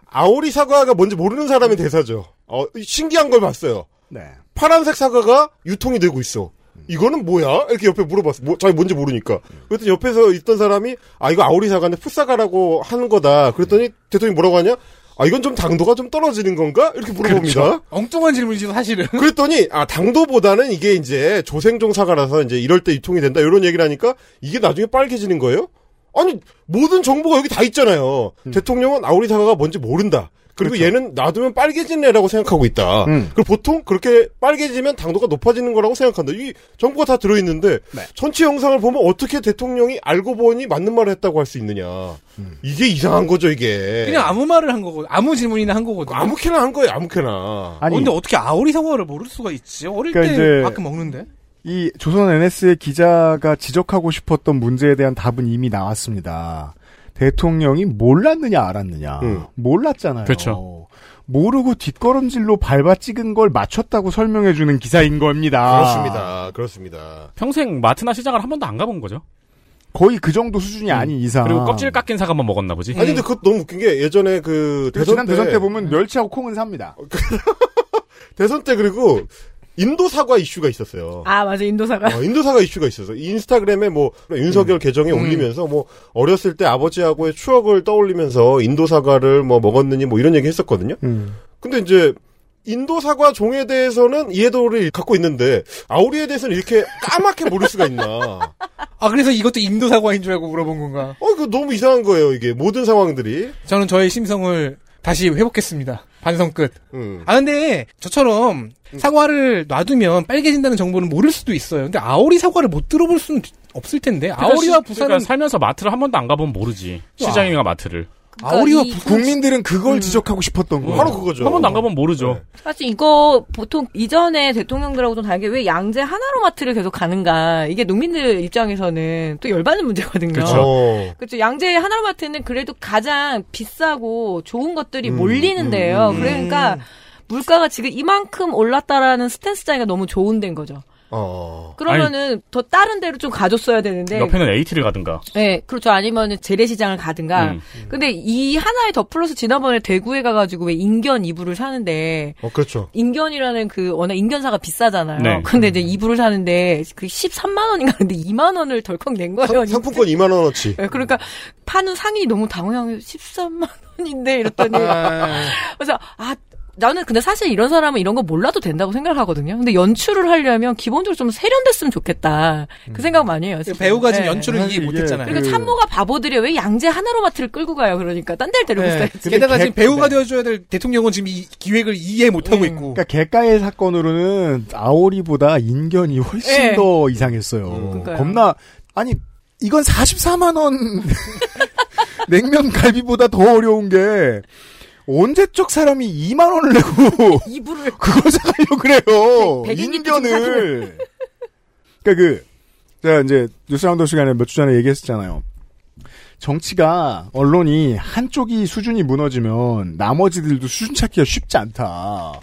F: 아오리 사과가 뭔지 모르는 사람의 대사죠. 어, 신기한 걸 봤어요.
C: 네.
F: 파란색 사과가 유통이 되고 있어. 이거는 뭐야? 이렇게 옆에 물어봤어. 뭐, 자기 뭔지 모르니까. 그랬더니 옆에서 있던 사람이, 아, 이거 아오리 사과인데 풋사과라고 하는 거다. 그랬더니 대통령이 뭐라고 하냐? 아, 이건 좀 당도가 좀 떨어지는 건가? 이렇게 물어봅니다.
D: 엉뚱한 질문이죠 사실은.
F: 그랬더니 아, 당도보다는 이게 이제 조생종 사과라서 이제 이럴 때 유통이 된다. 이런 얘기를 하니까 이게 나중에 빨개지는 거예요? 아니, 모든 정보가 여기 다 있잖아요.
D: 음.
F: 대통령은 아오리 사과가 뭔지 모른다. 그리고
D: 그렇죠.
F: 얘는 놔두면 빨개지는 애라고 생각하고 있다.
C: 음.
F: 그리고 보통 그렇게 빨개지면 당도가 높아지는 거라고 생각한다. 이 정보가 다 들어있는데
D: 네.
F: 전체 영상을 보면 어떻게 대통령이 알고 보니 맞는 말을 했다고 할 수 있느냐. 이게 이상한 거죠, 이게.
D: 음. 그냥 아무 말을 한 거고 네. 아무 질문이나 한 거거든.
F: 아무 캐나 한 거예요, 아무 캐나.
C: 아니,
D: 근데 어떻게 아오리 사과를 모를 수가 있지? 어릴
C: 그러니까
D: 때
C: 이제-
D: 가끔 먹는데.
C: 이 조선 NS의 기자가 지적하고 싶었던 문제에 대한 답은 이미 나왔습니다. 대통령이 몰랐느냐 알았느냐
F: 음.
C: 몰랐잖아요.
E: 그렇죠.
C: 모르고 뒷걸음질로 밟아 찍은 걸 맞췄다고 설명해주는 기사인
D: 아.
C: 겁니다.
F: 그렇습니다. 그렇습니다.
E: 평생 마트나 시장을 한 번도 안 가본 거죠.
C: 거의 그 정도 수준이 아닌 이상.
E: 그리고 껍질 깎인 사과만 먹었나 보지.
F: 아니 근데 그것 너무 웃긴 게 예전에
C: 그리고
F: 그 대선
C: 지난 대선 때 보면 멸치하고 콩은 삽니다.
F: 대선 때 그리고 인도 사과 이슈가 있었어요.
G: 아 맞아 인도사가.
F: 어, 인도 사과 이슈가 있어서 인스타그램에 뭐 윤석열 계정에 올리면서 뭐 어렸을 때 아버지하고의 추억을 떠올리면서 인도 사과를 뭐 먹었느니 뭐 이런 얘기 했었거든요. 근데 이제 인도 사과 종에 대해서는 이해도를 갖고 있는데 아우리에 대해서는 이렇게 까맣게 모를 수가 있나?
D: 아 그래서 이것도 인도 사과인 줄 알고 물어본 건가?
F: 어, 그 너무 이상한 거예요 이게 모든 상황들이.
D: 저는 저의 심성을 다시 회복했습니다. 반성 끝.
F: 음.
D: 아 근데 저처럼 사과를 놔두면 빨개진다는 정보는 모를 수도 있어요. 근데 아오리 사과를 못 들어볼 수는 없을 텐데
E: 그러니까
D: 아오리와
E: 시-
D: 부산은
E: 그러니까 살면서 마트를 한 번도 안 가보면 모르지. 시장이나 마트를.
D: 아오리와
G: 그러니까 이-
D: 부산
C: 국민들은 그걸 지적하고 싶었던 거예요.
F: 바로 그거죠.
E: 한 번도 안 가보면 모르죠.
F: 네.
G: 사실 이거 보통 이전에 대통령들하고 좀 다르게 왜 양재 하나로마트를 계속 가는가 이게 농민들 입장에서는 또 열받는 문제거든요.
E: 그렇죠.
F: 어.
G: 그렇죠. 양재 하나로마트는 그래도 가장 비싸고 좋은
E: 음,
G: 것들이 몰리는데요. 그러니까 물가가 지금 이만큼 올랐다라는 스탠스 자체가 너무 좋은 데인 거죠.
F: 어.
G: 그러면은 더 다른 데로 좀 가줬어야 되는데
E: 옆에는 AT를 가든가.
G: 네, 그렇죠. 아니면 재래시장을 가든가.
E: 음.
G: 근데 이 하나에 더 플러스 지난번에 대구에 가가지고 왜 인견 이불을 사는데
F: 어, 그렇죠.
G: 인견이라는 그 워낙 인견사가 비싸잖아요.
E: 네.
G: 근데 이제 이불을 사는데 그 13만 원인가 근데 2만 원을 덜컥 낸 거예요.
F: 상- 상품권 2만 원어치.
G: 네, 그러니까 파는 상인이 너무 당황해서 13만 원인데 이랬더니
D: 아. 그러니까
G: 그래서 아 나는 근데 사실 이런 사람은 이런 거 몰라도 된다고 생각하거든요. 근데 연출을 하려면 기본적으로 좀 세련됐으면 좋겠다. 그 생각 많이 해요. 지금.
D: 배우가 지금
G: 네.
D: 연출을 이해
C: 이게
D: 못했잖아요.
G: 그러니까 참모가 바보들이 왜 양재 하나로마트를 끌고 가요? 그러니까 딴 데를 데리고 있어요.
D: 네. 게다가
C: 근데
D: 지금 배우가 되어줘야 될 대통령은 지금 이 기획을 이해 못하고 있고.
C: 그러니까 개가의 사건으로는 아오리보다 인견이 훨씬
G: 예. 음,
C: 더 이상했어요.
G: 그러니까요.
C: 겁나 아니 이건 44만 원 냉면 갈비보다 더 어려운 게 언제적 사람이 2만 원을 내고
G: 이불을
C: 그걸 사가려 그래요.
G: 백- 백인이 또
C: 인견을. 그러니까 그 제가 이제 뉴스라운드 시간에 몇 주 전에 얘기했었잖아요. 정치가 언론이 한쪽이 수준이 무너지면 나머지들도 수준 찾기가 쉽지 않다.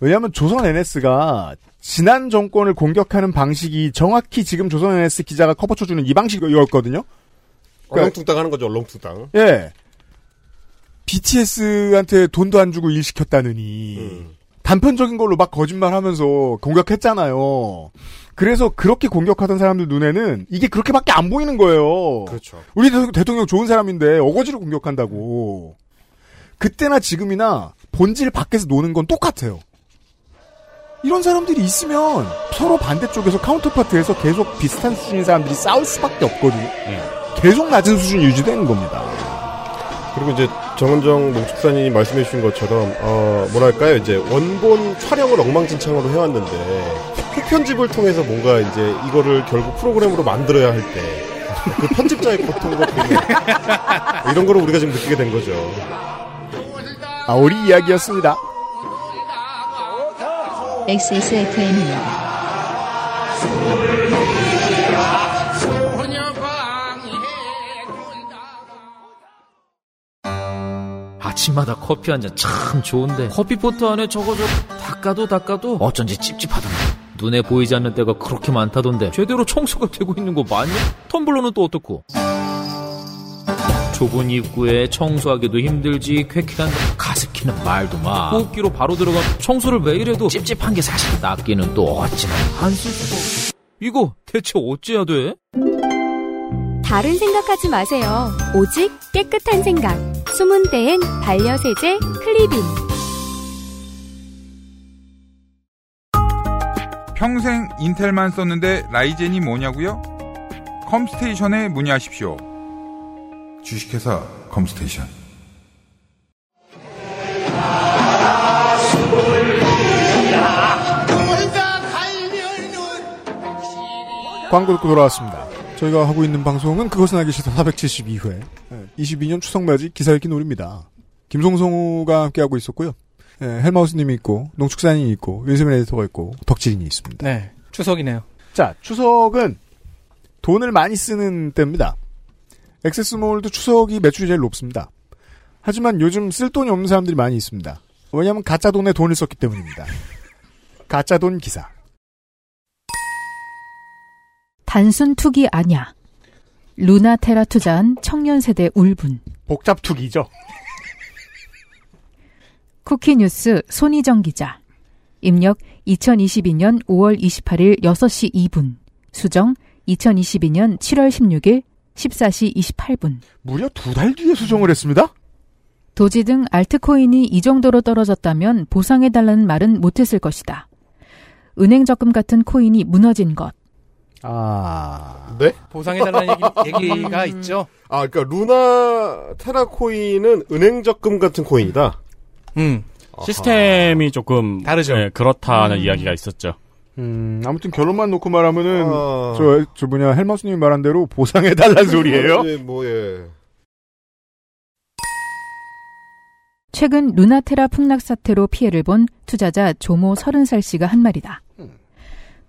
C: 왜냐하면 조선 NS가 지난 정권을 공격하는 방식이 정확히 지금 조선 NS 기자가 커버쳐주는 이 방식이었거든요.
F: 얼렁뚱땅 하는 거죠, 얼렁뚱땅.
C: 예. BTS한테 돈도 안 주고 일 시켰다느니
F: 음.
C: 단편적인 걸로 막 거짓말하면서 공격했잖아요. 그래서 그렇게 공격하던 사람들 눈에는 이게 그렇게밖에 안 보이는 거예요.
F: 그렇죠.
C: 우리 대- 대통령 좋은 사람인데 어거지로 공격한다고. 그때나 지금이나 본질 밖에서 노는 건 똑같아요. 이런 사람들이 있으면 서로 반대쪽에서 카운터파트에서 계속 비슷한 수준인 사람들이 싸울 수밖에 없거든요.
F: 네.
C: 계속 낮은 수준이 유지되는 겁니다.
F: 그리고 이제 정은정 목축사님이 말씀해 주신 것처럼 어 뭐랄까요 이제 원본 촬영을 엉망진창으로 해왔는데 표편집을 통해서 뭔가 이제 이거를 결국 프로그램으로 만들어야 할 때 그 편집자의 고통과 고민 뭐 이런 거를 우리가 지금 느끼게 된 거죠.
C: 아 우리 이야기였습니다.
A: XSFM이요.
M: 아침마다 커피 한 잔 참 좋은데 커피포트 안에 저거 저 닦아도 닦아도 어쩐지 찝찝하던데 눈에 보이지 않는 때가 그렇게 많다던데 제대로 청소가 되고 있는 거 맞냐? 텀블러는 또 어떻고 좁은 입구에 청소하기도 힘들지 쾌쾌한 가습기는 말도 마 호흡기로 바로 들어가 청소를 매일 해도 찝찝한 게 사실 닦기는 또 어찌나 안쓸 수도 이거 대체 어찌해야 돼?
N: 다른 생각하지 마세요. 오직 깨끗한 생각. 숨은 때엔 반려세제 클리빈.
J: 평생 인텔만 썼는데 라이젠이 뭐냐고요? 컴스테이션에 문의하십시오. 주식회사 컴스테이션.
C: 광고 듣고 돌아왔습니다. 저희가 하고 있는 방송은 그것은 알기 싫다 472회 22년 추석 맞이 기사 읽기 놀입니다. 김송성우가 함께하고 있었고요. 예, 헬마우스님이 있고 농축산인이 있고 윤세민 에디터가 있고 덕질인이 있습니다.
D: 네. 추석이네요.
C: 자 추석은 돈을 많이 쓰는 때입니다. 액세스몰도 추석이 매출이 제일 높습니다. 하지만 요즘 쓸 돈이 없는 사람들이 많이 있습니다. 왜냐하면 가짜 돈에 돈을 썼기 때문입니다. 가짜 돈 기사.
B: 단순 투기 아냐. 루나 테라 투자한 청년 세대 울분.
C: 복잡 투기죠.
B: 쿠키 뉴스 손희정 기자. 입력 2022년 5월 28일 6시 2분. 수정 2022년 7월 16일 14시 28분.
C: 무려 두 달 뒤에 수정을 했습니다.
B: 도지 등 알트코인이 이 정도로 떨어졌다면 보상해달라는 말은 못했을 것이다. 은행 적금 같은 코인이 무너진 것.
C: 아.
F: 네?
D: 보상해달라는 얘기, 얘기가 있죠.
F: 아, 그러니까 루나 테라 코인은 은행 적금 같은 코인이다.
E: 음. 시스템이 조금 다르죠.
D: 네.
E: 그렇다는
C: 음.
E: 이야기가 있었죠.
C: 음, 아무튼 결론만 놓고 말하면은,
F: 아.
C: 저, 저 뭐냐, 헬마스님이 말한 대로 보상해달란 소리예요
F: 예, 뭐 예.
B: 최근 루나테라 폭락 사태로 피해를 본 투자자 조모 30살 씨가 한 말이다.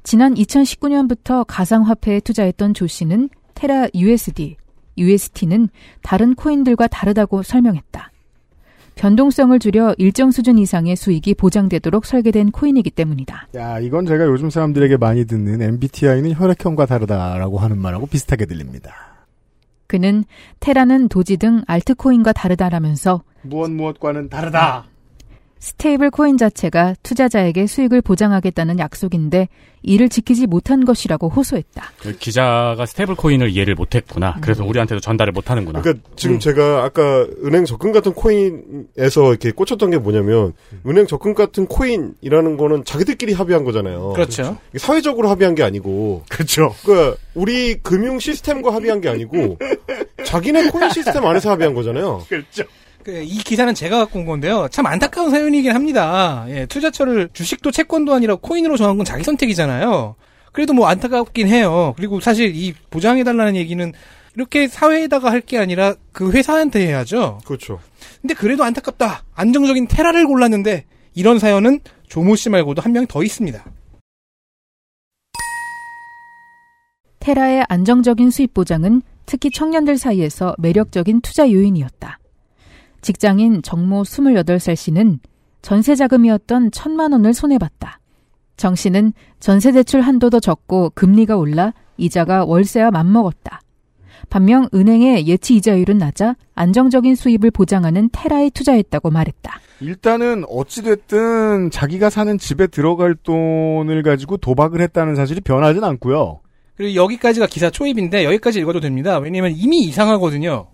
B: 지난 2019년부터 가상화폐에 투자했던 조 씨는 테라 USD, UST는 다른 코인들과 다르다고 설명했다. 변동성을 줄여 일정 수준 이상의 수익이 보장되도록 설계된 코인이기 때문이다.
C: 야, 이건 제가 요즘 사람들에게 많이 듣는 MBTI는 혈액형과 다르다라고 하는 말하고 비슷하게 들립니다.
B: 그는 테라는 도지 등 알트코인과 다르다라면서
C: 무엇 무엇과는 다르다.
B: 스테이블 코인 자체가 투자자에게 수익을 보장하겠다는 약속인데 이를 지키지 못한 것이라고 호소했다.
E: 그 기자가 스테이블 코인을 이해를
G: 음.
E: 못했구나. 그래서 우리한테도 전달을 못하는구나.
F: 그러니까
C: 음.
F: 지금 제가 아까 은행 적금 같은 코인에서 이렇게 꽂혔던 게 뭐냐면
C: 음.
F: 은행 적금 같은 코인이라는 거는 자기들끼리 합의한 거잖아요.
D: 그렇죠.
F: 이게 사회적으로 합의한 게 아니고
C: 그렇죠.
F: 그러니까 우리 금융 시스템과 합의한 게 아니고 자기네 코인 시스템 안에서 합의한 거잖아요.
C: 그렇죠.
D: 그, 이 기사는 제가 갖고 온 건데요. 참 안타까운 사연이긴 합니다. 예, 투자처를 주식도 채권도 아니라 코인으로 정한 건 자기 선택이잖아요. 그래도 뭐 안타깝긴 해요. 그리고 사실 이 보장해달라는 얘기는 이렇게 사회에다가 할 게 아니라 그 회사한테 해야죠.
F: 그렇죠.
D: 근데 그래도 안타깝다. 안정적인 테라를 골랐는데 이런 사연은 조모 씨 말고도 한 명 더 있습니다.
B: 테라의 안정적인 수입 보장은 특히 청년들 사이에서 매력적인 투자 요인이었다. 직장인 정모 28살 씨는 전세 자금이었던 천만 원을 손해봤다. 정 씨는 전세 대출 한도도 적고 금리가 올라 이자가 월세와 맞먹었다. 반면 은행의 예치 이자율은 낮아 안정적인 수입을 보장하는 테라에 투자했다고 말했다.
C: 일단은 어찌됐든 자기가 사는 집에 들어갈 돈을 가지고 도박을 했다는 사실이 변하진 않고요.
D: 그리고 여기까지가 기사 초입인데 여기까지 읽어도 됩니다. 왜냐면 이미 이상하거든요.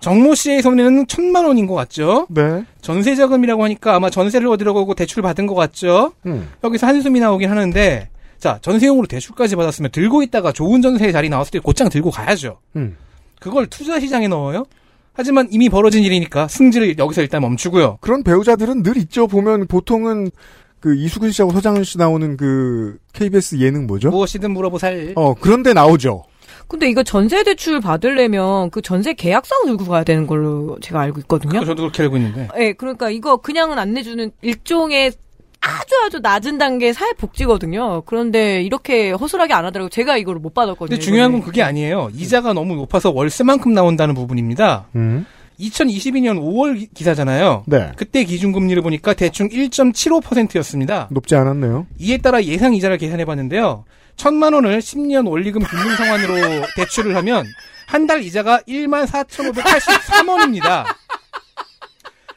D: 정모 씨의 손해는 천만 원인 것 같죠?
C: 네.
D: 전세 자금이라고 하니까 아마 전세를 얻으려고 하고 대출 받은 것 같죠?
C: 음.
D: 여기서 한숨이 나오긴 하는데 자 전세용으로 대출까지 받았으면 들고 있다가 좋은 전세 자리 나왔을 때 곧장 들고 가야죠.
C: 음.
D: 그걸 투자 시장에 넣어요? 하지만 이미 벌어진 일이니까 승질을 여기서 일단 멈추고요.
C: 그런 배우자들은 늘 있죠. 보면 보통은 그 이수근 씨하고 서장훈 씨 나오는 그 KBS 예능 뭐죠?
D: 무엇이든 물어보살.
C: 어 그런데 나오죠.
G: 근데 이거 전세 대출 받으려면 그 전세 계약서 들고 가야 되는 걸로 제가 알고 있거든요.
D: 저도 그렇게 알고 있는데.
G: 예, 그러니까 이거 그냥은 안 내주는 일종의 아주 아주 낮은 단계의 사회복지거든요. 그런데 이렇게 허술하게 안 하더라고 제가 이거를 못 받았거든요.
D: 근데 중요한
G: 네, 이번에.
D: 건 그게 아니에요. 이자가 너무 높아서 월세만큼 나온다는 부분입니다.
C: 음.
D: 2022년 5월 기사잖아요.
C: 네.
D: 그때 기준금리를 보니까 대충 1.75%였습니다.
C: 높지 않았네요.
D: 이에 따라 예상 이자를 계산해 봤는데요. 천만 원을 10년 원리금 균등 상환으로 대출을 하면 한 달 이자가 1만 4,583원입니다.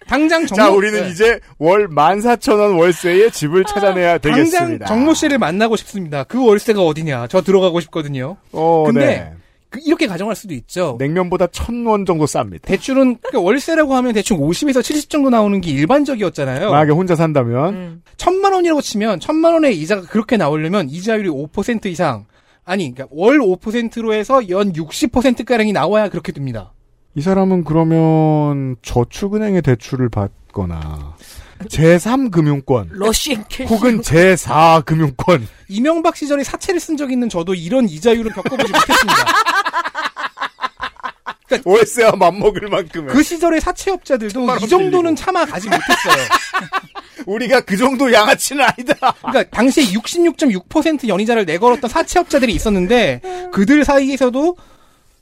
D: 당장 정모
C: 자 우리는
D: 네.
C: 이제 월 14,000원 월세에 집을 찾아내야
D: 당장
C: 되겠습니다.
D: 정모 씨를 만나고 싶습니다. 그 월세가 어디냐? 저 들어가고 싶거든요.
C: 어,
D: 근데
C: 네.
D: 그- 이렇게 가정할 수도 있죠.
C: 냉면보다 천 원 정도 쌉니다.
D: 대출은 그러니까 월세라고 하면 대충 50에서 70 정도 나오는 게 일반적이었잖아요.
C: 만약에 혼자 산다면
G: 음.
D: 천만 원이라고 치면 천만 원의 이자가 그렇게 나오려면 이자율이 5% 이상 아니 그러니까 월 5%로 해서 연 60% 가량이 나와야 그렇게 됩니다.
C: 이 사람은 그러면 저축은행에 대출을 받거나 제3금융권
G: 러시앤켈
C: 혹은 제4금융권
D: 이명박 시절에 사채를 쓴 적이 있는 저도 이런 이자율을 겪어보지 못했습니다.
C: 월세와 그러니까 맞먹을 만큼의
D: 그 시절의 사채업자들도 이 정도는 차마 가지 못했어요.
C: 우리가 그 정도 양아치는 아니다.
D: 그러니까 당시에 66.6% 연이자를 내걸었던 사채업자들이 있었는데 그들 사이에서도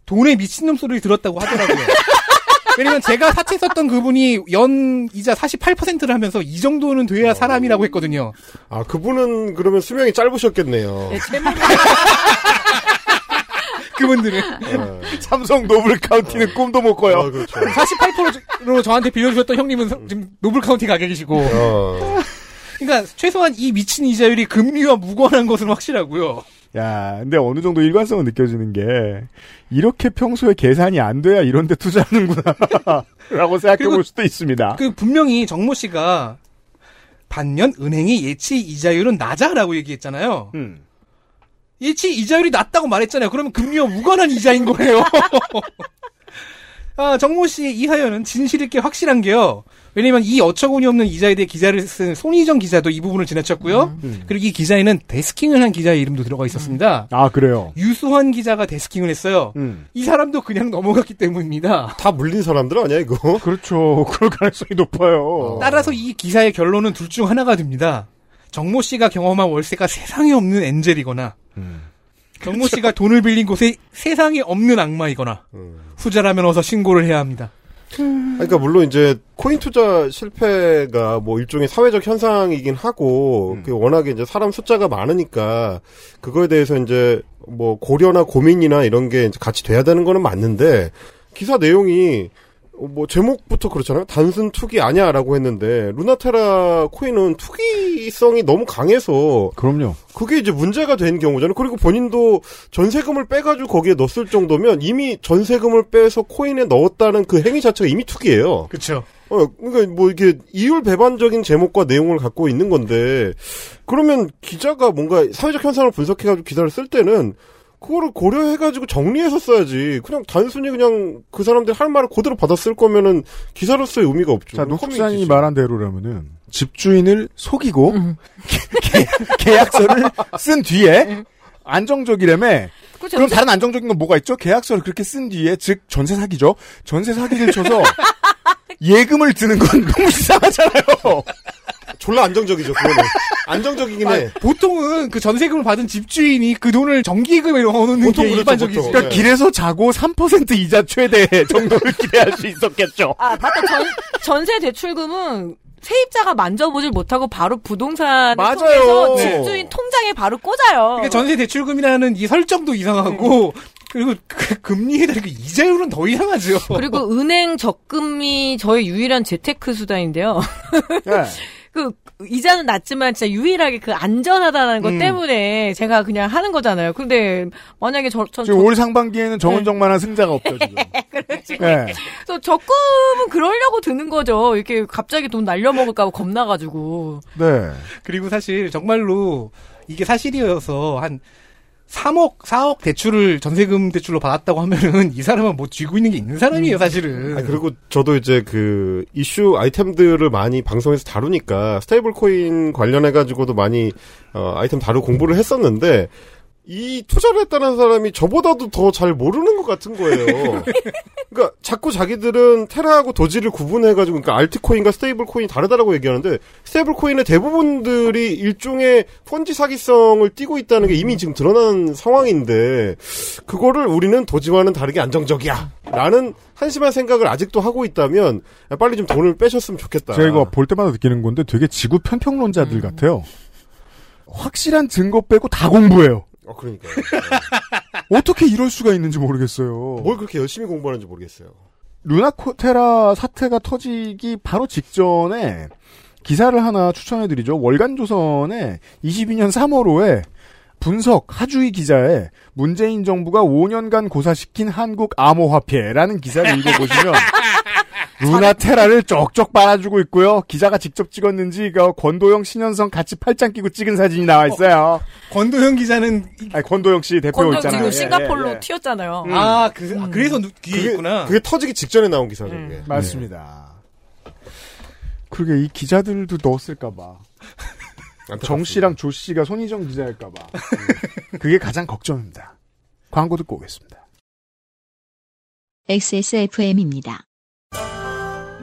D: 돈에 미친놈 소리를 들었다고 하더라고요. 왜냐면 제가 사채 썼던 그분이 연 이자 48%를 하면서 이 정도는 돼야 사람이라고 했거든요.
F: 아 그분은 그러면 수명이
G: 예,
F: 짧으셨겠네요.
D: 그분들은
F: 네.
C: 삼성 노블 카운티는 꿈도 못 꿔요.
F: 아, 그렇죠.
D: 48%로 저한테 빌려주셨던 형님은 서- 지금 노블 카운티 가격이시고.
F: 아.
D: 그러니까 최소한 이 미친 이자율이 금리와 무관한 것은 확실하고요.
C: 야, 근데 어느 정도 일관성은 느껴지는 게 이렇게 평소에 계산이 안 돼야 이런 데 투자하는구나라고 생각해 볼 수도 있습니다.
D: 그 분명히 정모 씨가 반면 은행이 예치 이자율은 낮아라고
C: 그
D: 얘기했잖아요.
C: 음.
D: 예치 이자율이 낮다고 말했잖아요. 그러면 금리와 무관한 이자인 거예요. 아, 정모 씨의 이 사연은 진실 있게 확실한 게요. 왜냐면 이 어처구니 없는 이자에 대해 기사를 쓴 손희정 기자도 이 부분을 지나쳤고요. 그리고 이 기사에는 데스킹을 한 기자의 이름도 들어가 있었습니다.
C: 아, 그래요.
D: 유수환 기자가 데스킹을 했어요.
C: 음.
D: 이 사람도 그냥 넘어갔기 때문입니다.
F: 다 물린 사람들 아니야 이거?
C: 그렇죠. 그럴 가능성이 높아요.
F: 어.
D: 따라서 이 기사의 결론은 둘 중 하나가 됩니다. 정모 씨가 경험한 월세가 세상에 없는 엔젤이거나
F: 음.
D: 정모 씨가 돈을 빌린 곳에 세상에 없는 악마이거나
F: 음.
D: 후자라면 어서 신고를 해야 합니다.
F: 그러니까 물론 이제 코인 투자 실패가 뭐 일종의 사회적 현상이긴 하고 그 워낙에 이제 사람 숫자가 많으니까 그거에 대해서 이제 뭐 고려나 고민이나 이런 게 이제 같이 돼야 되는 거는 맞는데 기사 내용이 어, 뭐 제목부터 그렇잖아요. 단순 투기 아니야라고 했는데 루나테라 코인은 투기성이 너무 강해서
C: 그럼요.
F: 그게 이제 문제가 된 경우잖아요. 그리고 본인도 전세금을 빼가지고 거기에 넣었을 정도면 이미 전세금을 빼서 코인에 넣었다는 그 행위 자체가 이미 투기예요.
D: 그렇죠.
F: 어, 그러니까 뭐 이게 이율 배반적인 제목과 내용을 갖고 있는 건데 그러면 기자가 뭔가 사회적 현상을 분석해가지고 기사를 쓸 때는 그거를 고려해가지고 정리해서 써야지. 그냥 단순히 그냥 그 사람들 이할 말을 그대로 받았을 거면은 기사로서의 의미가 없죠.
C: 자,
F: 그럼
C: 녹수산이
F: 커뮤니티지.
C: 말한 대로라면은 집주인을 속이고 계- 계약서를 쓴 뒤에 안정적이라며
G: 그렇죠.
C: 그럼 다른 안정적인 건 뭐가 있죠? 계약서를 그렇게 쓴 뒤에 즉 전세 사기죠. 전세 사기를 쳐서 예금을 드는 건 너무 이상하잖아요.
F: 졸라 안정적이죠. 그거는 안정적이긴 해.
D: 아, 보통은 그 전세금을 받은 집주인이 그 돈을 정기금에 넣어놓는
F: 보통
D: 게
F: 그렇죠,
D: 일반적이죠.
F: 보통.
C: 그러니까
F: 네.
C: 길에서 자고 3% 이자 최대 정도를 기대할 수 있었겠죠.
G: 아 맞다 전, 전세 대출금은 세입자가 만져보질 못하고 바로 부동산
D: 맞아요.
G: 통해서
D: 네.
G: 집주인 통장에 바로 꽂아요.
F: 음.
D: 그러니까 전세 대출금이라는 이 설정도 이상하고 그리고 그 금리에 대한 그 이자율은 더 이상하죠.
G: 그리고 은행 적금이 저의 유일한 재테크 수단인데요.
C: 예.
G: 그 이자는 낮지만 진짜 유일하게 그 안전하다는 것
C: 음.
G: 때문에 제가 그냥 하는 거잖아요. 근데 만약에 저, 네. 전,
C: 지금 올 상반기에는 정원정만한 승자가 없죠 지금. 네.
G: 저 적금은 그러려고 드는 거죠. 이렇게 갑자기 돈 날려먹을까 봐 겁나가지고.
C: 네.
D: 그리고 사실 정말로 이게 사실이어서 한 3억, 4억 대출을 전세금 대출로 받았다고 하면은 이 사람은 뭐 쥐고 있는 게 있는 사람이에요,
K: 음.
D: 사실은.
F: 아, 그리고 저도 이제 그 이슈 아이템들을 많이 방송에서 다루니까 스테이블 코인 관련해 가지고도 많이 어, 아이템 다루 공부를 했었는데 이 투자를 했다는 사람이 저보다도 더 잘 모르는 것 같은 거예요. 그러니까 자꾸 자기들은 테라하고 도지를 구분해 가지고 그러니까 알트코인과 스테이블 코인이 다르다라고 얘기하는데 스테이블 코인의 대부분들이 일종의 펀지 사기성을 띠고 있다는 게 이미 지금 드러난 상황인데 그거를 우리는 도지와는 다르게 안정적이야. 라는 한심한 생각을 아직도 하고 있다면 빨리 좀 돈을 빼셨으면 좋겠다.
C: 제가 이거 볼 때마다 느끼는 건데 되게 지구 편평론자들
G: 음.
C: 같아요. 확실한 증거 빼고 다 공부해요.
F: 어, 그러니까.
C: 어떻게 이럴 수가 있는지 모르겠어요.
F: 뭐, 뭘 그렇게 열심히 공부하는지 모르겠어요.
C: 루나코테라 사태가 터지기 바로 직전에 기사를 하나 추천해드리죠. 월간조선의 22년 3월호에 분석 하주희 기자의 문재인 정부가 5년간 고사시킨 한국 암호화폐라는 기사를 읽어보시면 루나테라를 쪽쪽 빨아주고 있고요. 기자가 직접 찍었는지 그 권도영 신현성 같이 팔짱 끼고 찍은 사진이 나와 있어요.
D: 권도영 기자는
K: 음.
C: 아니 권도영 씨 대표
G: 권정
C: 있잖아요.
G: 지금
C: 예,
G: 싱가폴로
C: 예, 예.
G: 튀었잖아요.
C: 음. 아,
D: 그, 래서 뒤에 있구나.
F: 그게 터지기 직전에 나온 기사죠, 그게.
C: 음. 맞습니다. 그러게 이 기자들도 넣었을까봐.
E: 네.
C: 정 씨랑 조 씨가 손희정 기자일까봐. 그게 가장 걱정입니다. 광고 듣고 오겠습니다.
A: XSFM입니다.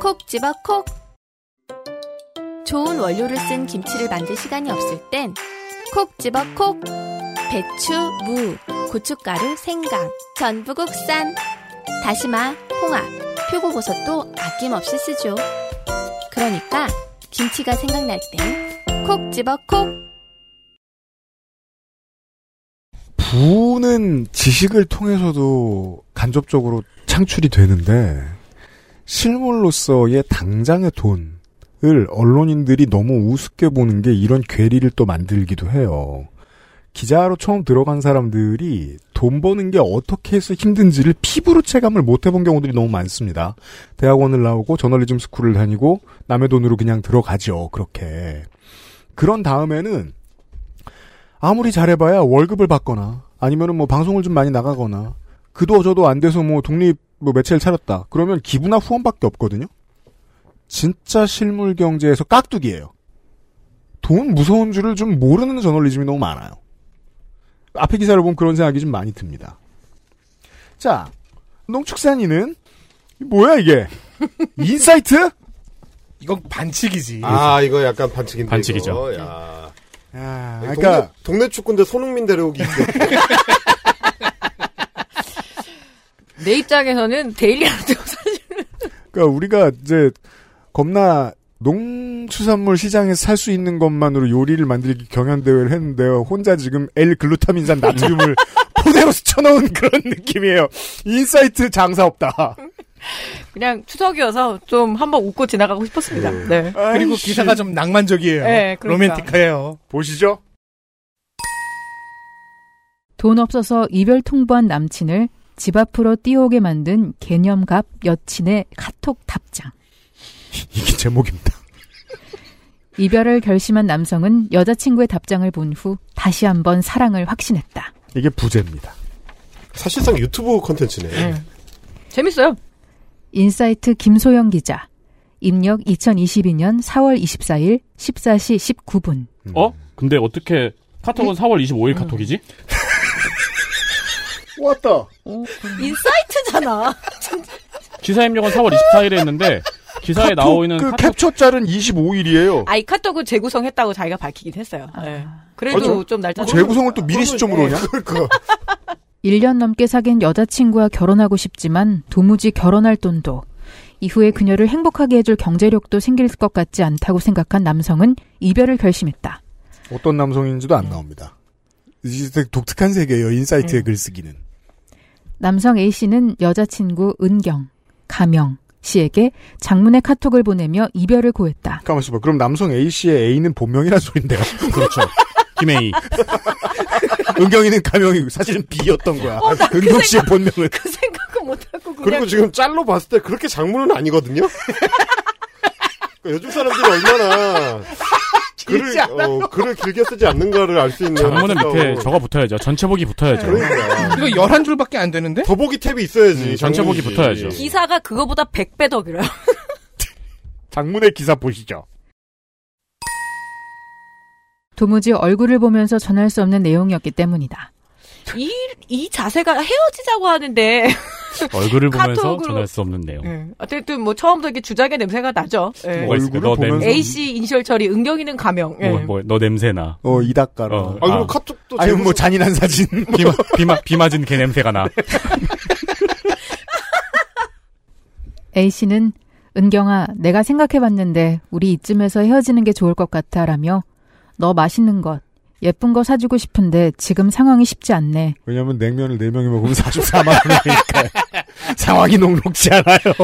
I: 콕 집어 콕. 좋은 원료를 쓴 김치를 만들 시간이 없을 땐 콕 집어 콕. 배추, 무, 고춧가루, 생강, 전부 국산. 다시마, 홍합, 표고버섯도 아낌없이 쓰죠. 그러니까 김치가 생각날 땐 콕 집어 콕.
C: 부는 지식을 통해서도 간접적으로 창출이 되는데 실물로서의 당장의 돈을 언론인들이 너무 우습게 보는 게 이런 괴리를 또 만들기도 해요. 기자로 처음 들어간 사람들이 돈 버는 게 어떻게 해서 힘든지를 피부로 체감을 못 해본 경우들이 너무 많습니다. 대학원을 나오고 저널리즘 스쿨을 다니고 남의 돈으로 그냥 들어가죠. 그렇게. 그런 다음에는 아무리 잘해봐야 월급을 받거나 아니면은 뭐 방송을 좀 많이 나가거나 그도 저도 안 돼서 뭐 독립 뭐 매체를 차렸다 그러면 기부나 후원밖에 없거든요. 진짜 실물 경제에서 깍두기예요. 돈 무서운 줄을 좀 모르는 저널리즘이 너무 많아요. 앞에 기사를 보면 그런 생각이 좀 많이 듭니다. 자, 농축산인은 뭐야 이게? 인사이트?
D: 이건 반칙이지.
F: 아, 이거 약간 반칙인데.
E: 반칙이죠.
F: 이거. 야.
C: 아,
F: 동네,
C: 그러니까
F: 동네 축구인데 손흥민 데려오기.
G: 내 입장에서는 데일리라도
C: 그러니까 우리가 이제 겁나 농수산물 시장에서 살 수 있는 것만으로 요리를 만들기 경연 대회를 했는데요. 혼자 지금 L 글루타민산 나트륨을 포대로 스쳐놓은 그런 느낌이에요. 인사이트 장사 없다.
G: 그냥 추석이어서 좀 한번 웃고 지나가고 싶었습니다.
C: 음.
G: 네.
D: 그리고 기사가 좀 낭만적이에요.
C: 어,
G: 네, 그러니까.
D: 로맨틱해요.
C: 보시죠.
B: 돈 없어서 이별 통보한 남친을 집 앞으로 뛰어오게 만든 개념갑 여친의 카톡 답장.
C: 이게 제목입니다.
B: 이별을 결심한 남성은 여자친구의 답장을 본 후 다시 한번 사랑을 확신했다.
C: 이게 부제입니다.
F: 사실상 유튜브 컨텐츠네.
C: 음.
G: 재밌어요.
B: 인사이트 김소영 기자. 입력 2022년 4월 24일 14시 19분.
G: 음.
E: 어? 근데 어떻게 카톡은 4월 25일 카톡이지?
F: 왔다.
G: 인사이트잖아.
E: 기사입력은 4월 24일에 했는데 기사에 나오 있는
C: 그 캡처 짤은 25일이에요.
G: 아이 카톡은 재구성했다고 자기가 밝히긴 했어요. 예. 그래도
C: 아, 저-
G: 좀 날짜
C: 재구성을 또 미리 시점으로 오냐?
B: 1년 넘게 사귄 여자친구와 결혼하고 싶지만 도무지 결혼할 돈도 이후에 그녀를 행복하게 해줄 경제력도 생길 것 같지 않다고 생각한 남성은 이별을 결심했다.
C: 어떤 남성인지도 안 나옵니다. 이게 되게 독특한 세계예요. 인사이트의
B: 음.
C: 글쓰기는.
B: 남성 A씨는 여자친구 은경, 가명 씨에게 장문의 카톡을 보내며 이별을 고했다.
C: 가만있어 봐. 그럼 남성 A씨의 A는 본명이라는 소린데요. 그렇죠. 김A. 은경이는 가명이고 사실은 B였던 거야.
F: 어, 나그
C: 은경 씨의 본명은.
G: 생각은 못하고 그냥
F: 그리고 지금 짤로 봤을 때 그렇게 장문은 아니거든요? 그러니까 요즘 사람들이 얼마나 글을, 어, 글을 길게 쓰지 않는가를 알 수 있는.
E: 장문은
F: 어, 그러니까.
E: 밑에 저가 붙어야죠. 전체복이 붙어야죠.
F: 네.
D: 이거 11줄밖에 안 되는데?
F: 더보기 탭이 있어야지.
E: 음, 전체복이 붙어야죠.
G: 기사가 그거보다 100배 더 길어요.
C: 장문의 기사 보시죠.
B: 도무지 얼굴을 보면서 전할 수 없는 내용이었기 때문이다.
G: 이, 이 자세가 헤어지자고 하는데.
E: 얼굴을 보면서
G: 카톡으로-
E: 전할 수 없는 내용.
G: 예. 어쨌든 뭐 처음부터 이렇게 주작의 냄새가 나죠. 예.
E: 네. 뭐가 있을까? 너 냄새.
G: A씨 이니셜 처리, 은경이는 가명. 예.
E: 뭐, 뭐, 너 냄새나.
C: 어, 이닭가루.
E: 어,
C: 아, 그리고
F: 카톡도
C: 아유, 뭐 잔인한 사진.
E: 비, 마, 비, 마, 비 맞은 개 냄새가 나.
B: A씨는 은경아, 내가 생각해봤는데 우리 이쯤에서 헤어지는 게 좋을 것 같아 라며 너 맛있는 것, 예쁜 거 사주고 싶은데 지금 상황이 쉽지 않네.
C: 왜냐면 냉면을 4명이 먹으면 44만 원이니까. 상황이 녹록지 않아요.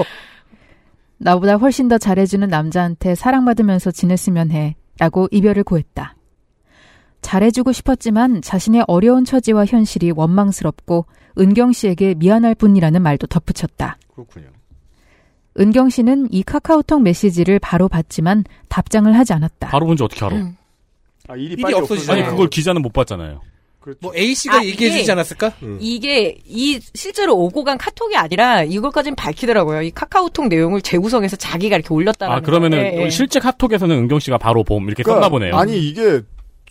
B: 나보다 훨씬 더 잘해주는 남자한테 사랑받으면서 지냈으면 해. 라고 이별을 고했다. 잘해주고 싶었지만 자신의 어려운 처지와 현실이 원망스럽고 은경 씨에게 미안할 뿐이라는 말도 덧붙였다.
C: 그렇군요.
B: 은경 씨는 이 카카오톡 메시지를 바로 봤지만 답장을 하지 않았다.
E: 바로 본지 어떻게 알아?
G: 음.
C: 아, 일이
D: 빨리 없어지잖아요.
E: 아니, 그걸 기자는 못 봤잖아요.
D: 뭐 A씨가
G: 아,
D: 얘기해주지
G: 이게-
D: 않았을까?
E: 음.
G: 이게 이 실제로 오고 간 카톡이 아니라 이것까지는 밝히더라고요. 이 카카오톡 내용을 재구성해서 자기가 이렇게 올렸다는 네, 예,
E: 아, 그러면은, 실제 카톡에서는 은경 씨가 바로 봄, 이렇게
C: 그러니까
E: 썼나 보네요.
C: 아니 이게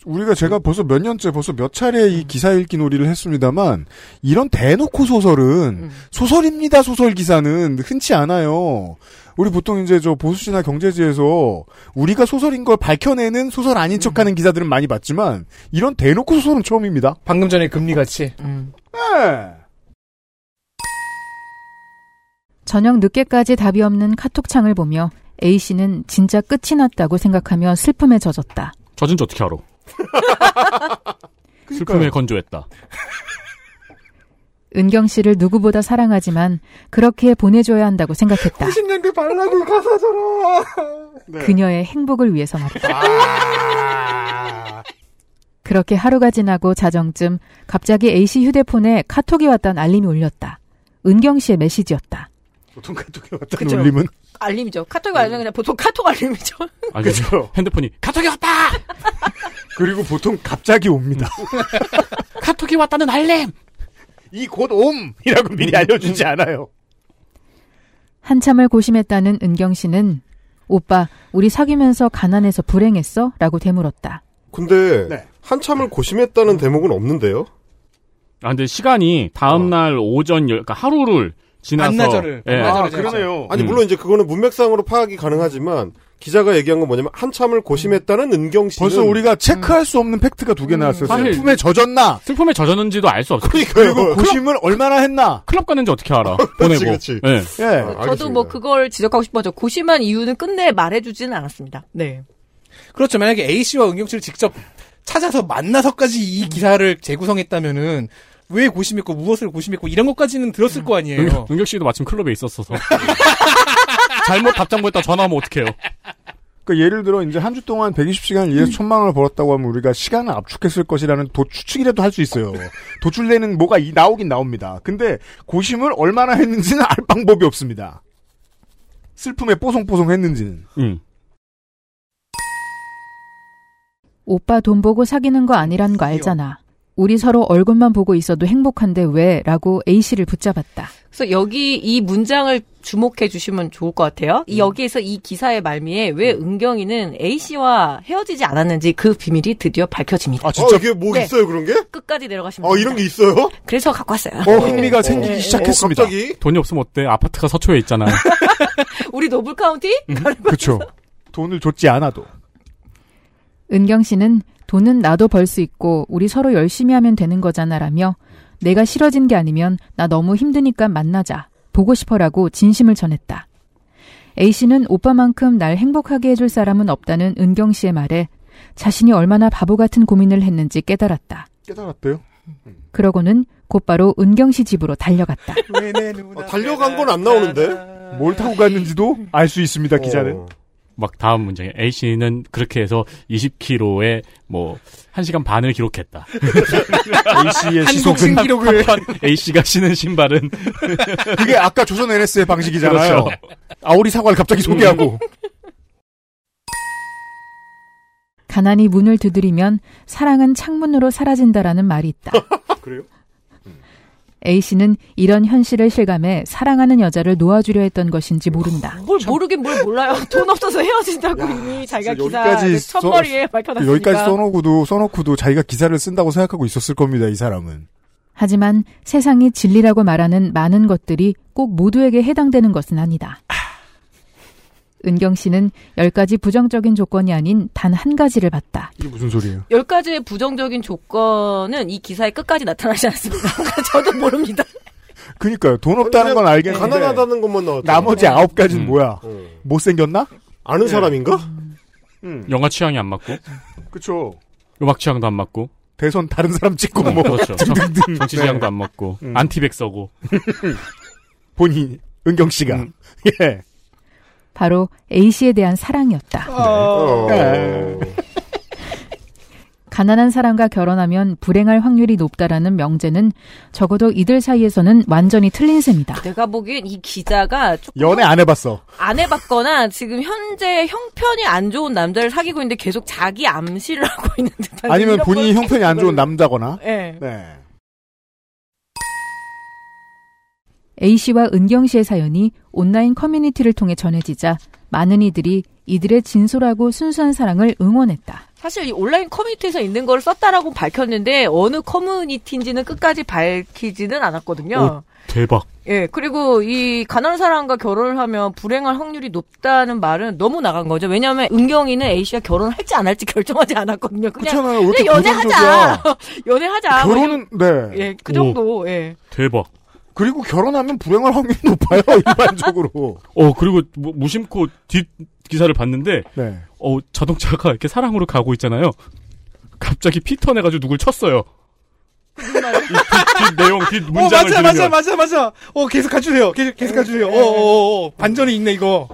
C: 우리가 제가 벌써 몇 년째 벌써 몇 차례 이 기사 읽기 놀이를 했습니다만 이런 대놓고 소설은
G: 음,
C: 소설입니다 소설 기사는 흔치 않아요. 우리 보통 이제 저 보수지나 경제지에서 우리가 소설인 걸 밝혀내는 소설 아닌 척하는 기사들은 많이 봤지만 이런 대놓고 소설은 처음입니다.
D: 방금 전에 금리같이.
G: 음.
C: 네.
B: 저녁 늦게까지 답이 없는 카톡창을 보며 A 씨는 진짜 끝이 났다고 생각하며 슬픔에 젖었다.
E: 젖은지 어떻게 알아? 슬픔에 건조했다.
B: 은경 씨를 누구보다 사랑하지만 그렇게 보내줘야 한다고 생각했다.
L: 90년대 발라드 가사잖아.
B: 그녀의 행복을 위해서 말이다. 그렇게 하루가 지나고 자정쯤 갑자기 A씨 휴대폰에 카톡이 왔다는 알림이 울렸다. 은경 씨의 메시지였다.
C: 보통 카톡에 왔다
G: 그쵸.
C: 울림은
G: 알림이죠. 카톡이 아니라 그냥 보통 카톡 알림이죠.
C: 그죠.
E: 핸드폰이 카톡이 왔다.
C: 그리고 보통 갑자기 옵니다.
E: 카톡이 왔다는 알림.
C: 이 곧 옴이라고 미리 알려주지 않아요.
B: 한참을 고심했다는 은경 씨는 오빠, 우리 사귀면서 가난해서 불행했어? 라고 되물었다.
F: 근데, 한참을 고심했다는 대목은 없는데요?
E: 아, 근데 시간이 다음날 오전 열, 그러니까 하루를 지나서. 예.
F: 아, 그러네요. 아니, 물론 이제 그거는 문맥상으로 파악이 가능하지만, 기자가 얘기한 건 뭐냐면, 한참을 고심했다는 은경 씨는.
C: 벌써 우리가 체크할 수 없는 팩트가 두 개 나왔어요.
E: 사실-
C: 슬픔에 젖었나?
E: 슬픔에 젖었는지도 알 수 없어.
C: 그리고 고심을 얼마나 했나?
E: 클럽 가는지 어떻게 알아? 보내고.
F: 그렇지.
E: 예.
F: 아,
G: 저도 뭐 그걸 지적하고 싶어서 고심한 이유는 끝내 말해주지는 않았습니다. 네.
D: 그렇죠. 만약에 A씨와 은경 씨를 직접 찾아서 만나서까지 이 기사를 재구성했다면은 왜 고심했고 무엇을 고심했고 이런 것까지는 들었을 거 아니에요.
F: 음.
E: 은경, 은경 씨도 마침 클럽에 있었어서. 잘못 답장 보냈다 전화하면 어떡해요?
C: 그 예를 들어 이제 한 주 동안 120시간
E: 음.
C: 일해서 천만 원을 벌었다고 하면 우리가 시간을 압축했을 것이라는 도 추측이라도 할 수 있어요. 도출되는 뭐가 이- 나오긴 나옵니다. 근데 고심을 얼마나 했는지는 알 방법이 없습니다. 슬픔에 뽀송뽀송 했는지는.
B: 오빠 돈 보고 사귀는 거 아니란 거 알잖아. 우리 서로 얼굴만 보고 있어도 행복한데 왜? 라고 A씨를 붙잡았다.
G: 그래서 여기 이 문장을 주목해 주시면 좋을 것 같아요. 이 여기에서 이 기사의 말미에 왜 은경이는 A 씨와 헤어지지 않았는지 그 비밀이 드디어 밝혀집니다.
F: 아, 진짜? 어, 이게 뭐
G: 네.
F: 있어요, 그런 게?
G: 끝까지 내려가시면.
F: 아, 이런 게 있어요?
G: 그래서 갖고 네. 왔어요.
E: 흥미가 생기기 시작했습니다. 돈이 없으면 어때? 아파트가 서초에 있잖아.
G: 우리 노블 카운티?
C: 그렇죠. 돈을 줬지 않아도.
B: 은경 씨는 돈은 나도 벌 수 있고 우리 서로 열심히 하면 되는 거잖아라며 내가 싫어진 게 아니면 나 너무 힘드니까 만나자. 보고 싶어라고 진심을 전했다. A 씨는 오빠만큼 날 행복하게 해줄 사람은 없다는 은경 씨의 말에 자신이 얼마나 바보 같은 고민을 했는지 깨달았다.
C: 깨달았대요.
B: 그러고는 곧바로 은경 씨 집으로 달려갔다.
F: 어, 달려간 건 안 나오는데?
D: 뭐?
C: 뭘 타고 갔는지도 알 수 있습니다, 어, 기자는.
F: 어.
E: 어. 막 다음 문장에 A 씨는 그렇게 해서 20km에 뭐 1시간 반을 기록했다. A 씨의
C: 시속은
E: A 씨가 신은 신발은
C: 그게 아까 조선 NS의 방식이잖아요.
E: 그렇죠.
C: 아오리 사과를 갑자기 소개하고.
B: 가난이 문을 두드리면 사랑은 창문으로 사라진다라는 말이 있다.
F: 그래요? 음.
B: A 씨는 이런 현실을 실감해 사랑하는 여자를 놓아주려 했던 것인지 모른다.
G: 뭘 모르긴 뭘 몰라요. 돈 없어서 헤어진다고 이미 자기가 기사 네,
C: 여기까지 써-
G: 첫머리에 밝혀놨으니까.
C: 여기까지 써놓고도 써놓고도 자기가 기사를 쓴다고 생각하고 있었을 겁니다, 이 사람은.
B: 하지만 세상이 진리라고 말하는 많은 것들이 꼭 모두에게 해당되는 것은 아니다. 은경 씨는 열 가지 부정적인 조건이 아닌 단 한 가지를 봤다.
C: 이게 무슨 소리예요?
G: 열 가지의 부정적인 조건은 이 기사의 끝까지 나타나지 않습니다. 저도 모릅니다.
C: 그니까요. 돈 없다는 음. 건 알겠는데.
F: 가난하다는 것만 나왔죠.
C: 나머지 아홉 가지는 뭐야? 못생겼나?
F: 아는 사람인가?
E: 영화 취향이 안 맞고
C: 그쵸.
E: 음악 취향도 안 맞고
C: 대선 다른 사람 찍고
E: 어,
C: 뭐
E: 그렇죠. 정-
C: 등등등.
E: 정치 지향도 안 맞고
C: 음.
E: 안티백 서고
C: 본인 은경 씨가 예.
B: 바로 A 씨에 대한 사랑이었다.
F: 어.
C: 예.
B: 가난한 사람과 결혼하면 불행할 확률이 높다라는 명제는 적어도 이들 사이에서는 완전히 틀린 셈이다.
G: 내가 보기엔 이 기자가 조금
C: 연애 안 해봤어.
G: 안 해봤거나 지금 현재 형편이 안 좋은 남자를 사귀고 있는데 계속 자기 암시를 하고 있는 듯한.
C: 아니면
G: 이런
C: 본인이
G: 걸-
C: 형편이 안 좋은 남자거나.
G: 예.
C: 네.
B: A 씨와 은경 씨의 사연이 온라인 커뮤니티를 통해 전해지자 많은 이들이 이들의 진솔하고 순수한 사랑을 응원했다.
G: 사실 이 온라인 커뮤니티에서 있는 걸 썼다라고 밝혔는데 어느 커뮤니티인지는 끝까지 밝히지는 않았거든요.
C: 어.
E: 대박.
G: 예, 그리고 이 가난한 사람과 결혼을 하면 불행할 확률이 높다는 말은 너무 나간 거죠. 왜냐하면 은경이는 A 씨가 결혼할지 안 할지 결정하지 않았거든요. 그냥,
C: 그렇잖아요. 왜 이렇게
G: 그냥 연애하자. 연애하자. 뭐
C: 결혼은
G: 이런-
C: 네.
G: 예, 그 정도. 예.
E: 대박.
C: 그리고 결혼하면 불행할 확률이 높아요 일반적으로.
E: 어 그리고 뭐 무심코 뒷 기사를 봤는데
C: 네.
E: 어 자동차가 이렇게 사랑으로 가고 있잖아요. 갑자기 피턴해가지고 누굴 쳤어요. 이 뒷- 뒷 내용 뒷
D: 어,
E: 문장을
D: 맞아, 맞아,
E: 들으면.
D: 맞아, 맞아. 어, 계속 가주세요. 계속, 계속 가주세요. 어, 어, 어, 반전이 있네, 이거.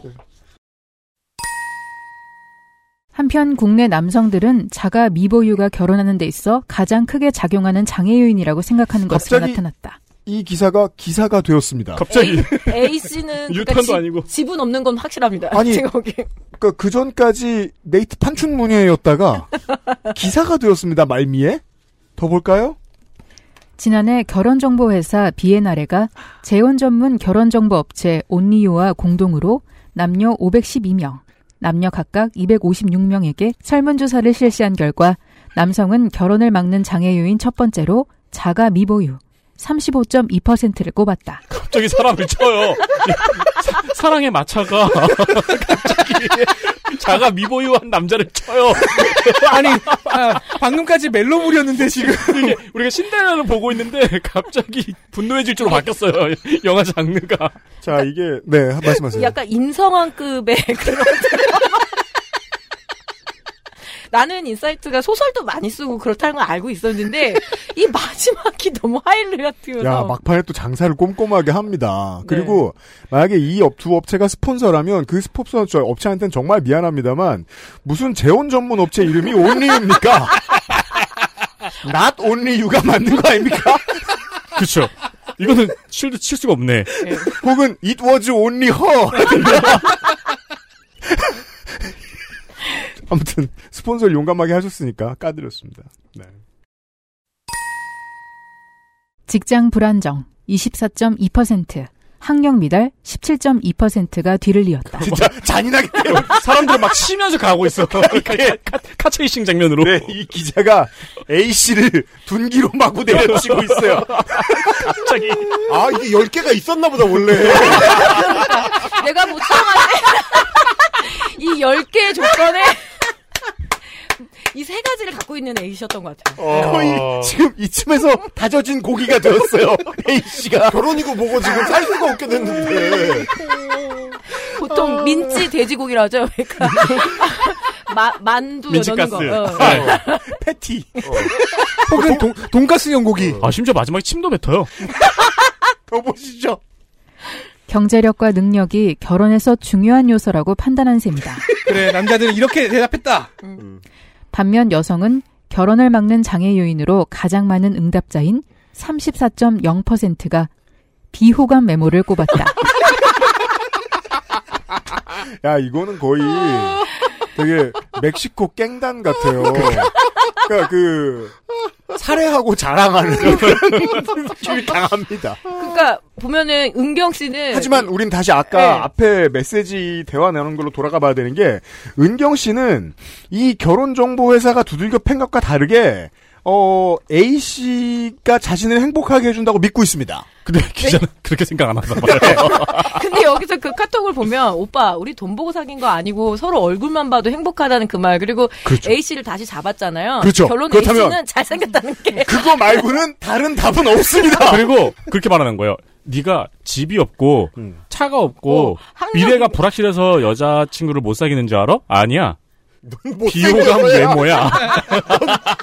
B: 한편 국내 남성들은 자가 미보유가 결혼하는 데 있어 가장 크게 작용하는 장애 요인이라고 생각하는 것으로
C: 갑자기-
B: 나타났다.
C: 이 기사가 기사가 되었습니다.
E: 갑자기
G: A 씨는 그러니까
C: 유턴도
G: 지-
C: 아니고.
G: 지분 없는 건 확실합니다.
C: 아니.
G: 제가 보기엔.
C: 그러니까 그 전까지 네이트 판춘문예였다가 기사가 되었습니다 말미에. 더 볼까요?
B: 지난해 결혼정보회사 비엔나레가 재혼 전문 결혼정보 업체 온리유와 공동으로 남녀 512명, 남녀 각각 256명에게 설문조사를 실시한 결과 남성은 결혼을 막는 장애 요인 첫 번째로 자가 미보유 35.2%를 꼽았다.
E: 갑자기 사람을 쳐요. 사- 사랑의 마차가 갑자기 자가 미보유한 남자를 쳐요.
D: 아니, 아, 방금까지 멜로물이었는데, 지금.
E: 이게 우리가 신데렐라를 보고 있는데 갑자기 분노의 질주로 바뀌었어요. 영화 장르가.
C: 자 이게 네 말씀하세요.
G: 아, 약간 임성왕급의 그런 드라마. 나는 인사이트가 소설도 많이 쓰고 그렇다는 걸 알고 있었는데 이 마지막이 너무 하이라이트여서
C: 야, 막판에 또 장사를 꼼꼼하게
G: 네.
C: 합니다. 그리고 만약에 이 업, 두 업체가 스폰서라면 그 스폰서 업체한테는 정말 미안합니다만 무슨 재혼 전문 업체 이름이 온리유입니까? Not 온리유가 만든 거 아닙니까?
E: 그쵸. 이거는 칠, 칠 수가 없네.
C: 혹은 It was only her. 아무튼 스폰서를 용감하게 하셨으니까 까드렸습니다. 네.
B: 직장 불안정 24.2%, 학력 미달 17.2%가 뒤를 이었다.
E: 진짜
C: 잔인하게
E: 사람들 막 쉬면서 가고 있어. 그러니까 어. 카체이싱 장면으로.
C: 네, 이 기자가 A 씨를 둔기로 마구 내려치고 있어요.
E: 갑자기
F: 아 이게 1 0 개가 있었나 보다 원래.
G: 내가 못 참았네. 이 10개의 조건에 이 세 가지를 갖고 있는 애이셨던 것 같아요.
C: 거의 지금 이쯤에서 다져진 고기가 되었어요. A 씨가
F: 결혼이고 뭐고 지금 살 수가 없게 됐는데.
G: 보통 민지 돼지고기라 하죠. 그러니까 마, 만두 넣는 거. 어.
C: 아.
E: 네.
C: 패티. 혹은 동, 돈가스 연고기.
E: 아, 심지어 마지막에 침도 뱉어요.
C: 그거 보시죠.
B: 경제력과 능력이 결혼에서 중요한 요소라고 판단한 셈이다.
D: 그래, 남자들은 이렇게 대답했다.
B: 반면 여성은 결혼을 막는 장애 요인으로 가장 많은 응답자인 34.0%가 비호감 메모를 꼽았다.
C: 야, 이거는 거의 되게 멕시코 깽단 같아요. 그러니까 그 살해하고 자랑하는 그런 느낌이 강합니다.
G: 그러니까 보면은 은경 씨는
C: 하지만 우린 다시 아까 앞에 메시지 대화 나눈 걸로 돌아가 봐야 되는 게 은경 씨는 이 결혼 정보 회사가 두들겨 팬 것과 다르게 어 A 씨가 자신을 행복하게 해준다고 믿고 있습니다.
E: 근데
G: 네.
E: 기자는 그렇게 생각 안 하나 봐요.
G: 근데 여기서 그 카톡을 보면 오빠 우리 돈 보고 사귄 거 아니고 서로 얼굴만 봐도 행복하다는 그 말 그리고 A 씨를 다시 잡았잖아요.
E: 그렇죠.
G: 결론 A
E: 그렇다면
G: 씨는 잘생겼다는 게
C: 그거 말고는 다른 답은 없습니다.
E: 그리고 그렇게 말하는 거예요. 네가 집이 없고 차가 없고 미래가 불확실해서 여자 친구를 못 사귀는 줄 알아? 아니야. 비호감 메모야.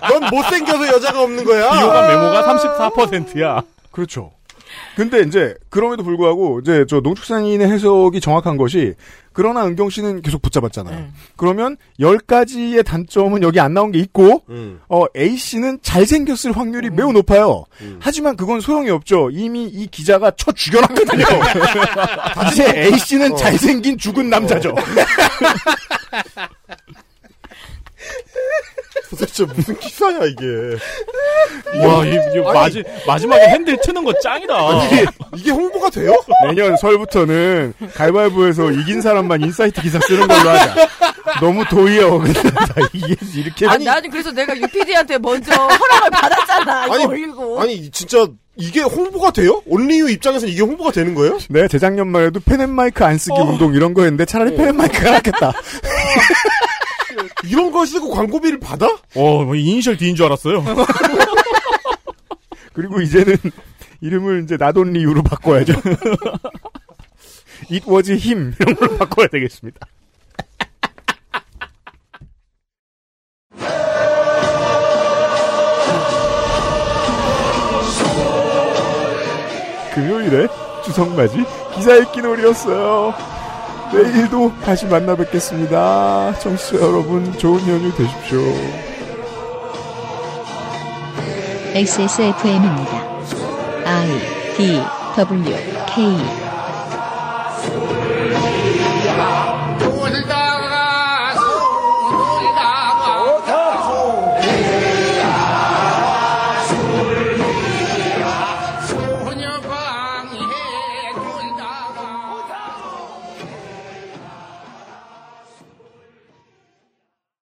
F: 넌 못생겨서 여자가 없는 거야.
E: 비호감 메모가 34%야.
C: 그렇죠. 근데 이제 그럼에도 불구하고 이제 저 농축산인의 해석이 정확한 것이 그러나 은경 씨는 계속 붙잡았잖아요. 그러면 10가지의 단점은 여기 안 나온 게 있고
F: 음.
C: 어 A 씨는 잘생겼을 확률이 매우 높아요. 하지만 그건 소용이 없죠. 이미 이 기자가 쳐 죽여놨거든요. 이제 A 씨는
F: 어.
C: 잘생긴 죽은 남자죠.
F: 도대체 무슨 기사야 이게.
E: 와, 이, 이 마지, 마지막에 핸들 트는 거 짱이다.
C: 이게,
F: 이게 홍보가 돼요?
C: 어. 내년 설부터는 갈발부에서 이긴 사람만 인사이트 기사 쓰는 걸로 하자. 너무 도의에 어긋난다. 이게 이렇게
G: 아니 나는 그래서 내가 UPD한테 먼저 허락을 받았잖아. 이거
F: 아니,
G: 올리고
F: 아니 진짜 이게 홍보가 돼요? 온리유 입장에서는 이게 홍보가 되는 거예요?
C: 네, 재작년 만 해도 펜앤마이크 안
G: 어.
C: 쓰기 운동 이런 거 했는데 차라리 펜앤마이크가 낫겠다.
F: 이런 걸 쓰고 광고비를 받아?
E: 어, 뭐 이니셜 D인 줄 알았어요.
C: 그리고 이제는 이름을 이제 나돈리유로 바꿔야죠. It was him 이런 걸로 바꿔야 되겠습니다. 금요일에 추석맞이 기사 읽기 놀이였어요. 내일도 다시 만나 뵙겠습니다. 청취자 여러분 좋은 연휴 되십시오.
A: XSFM입니다. I D W K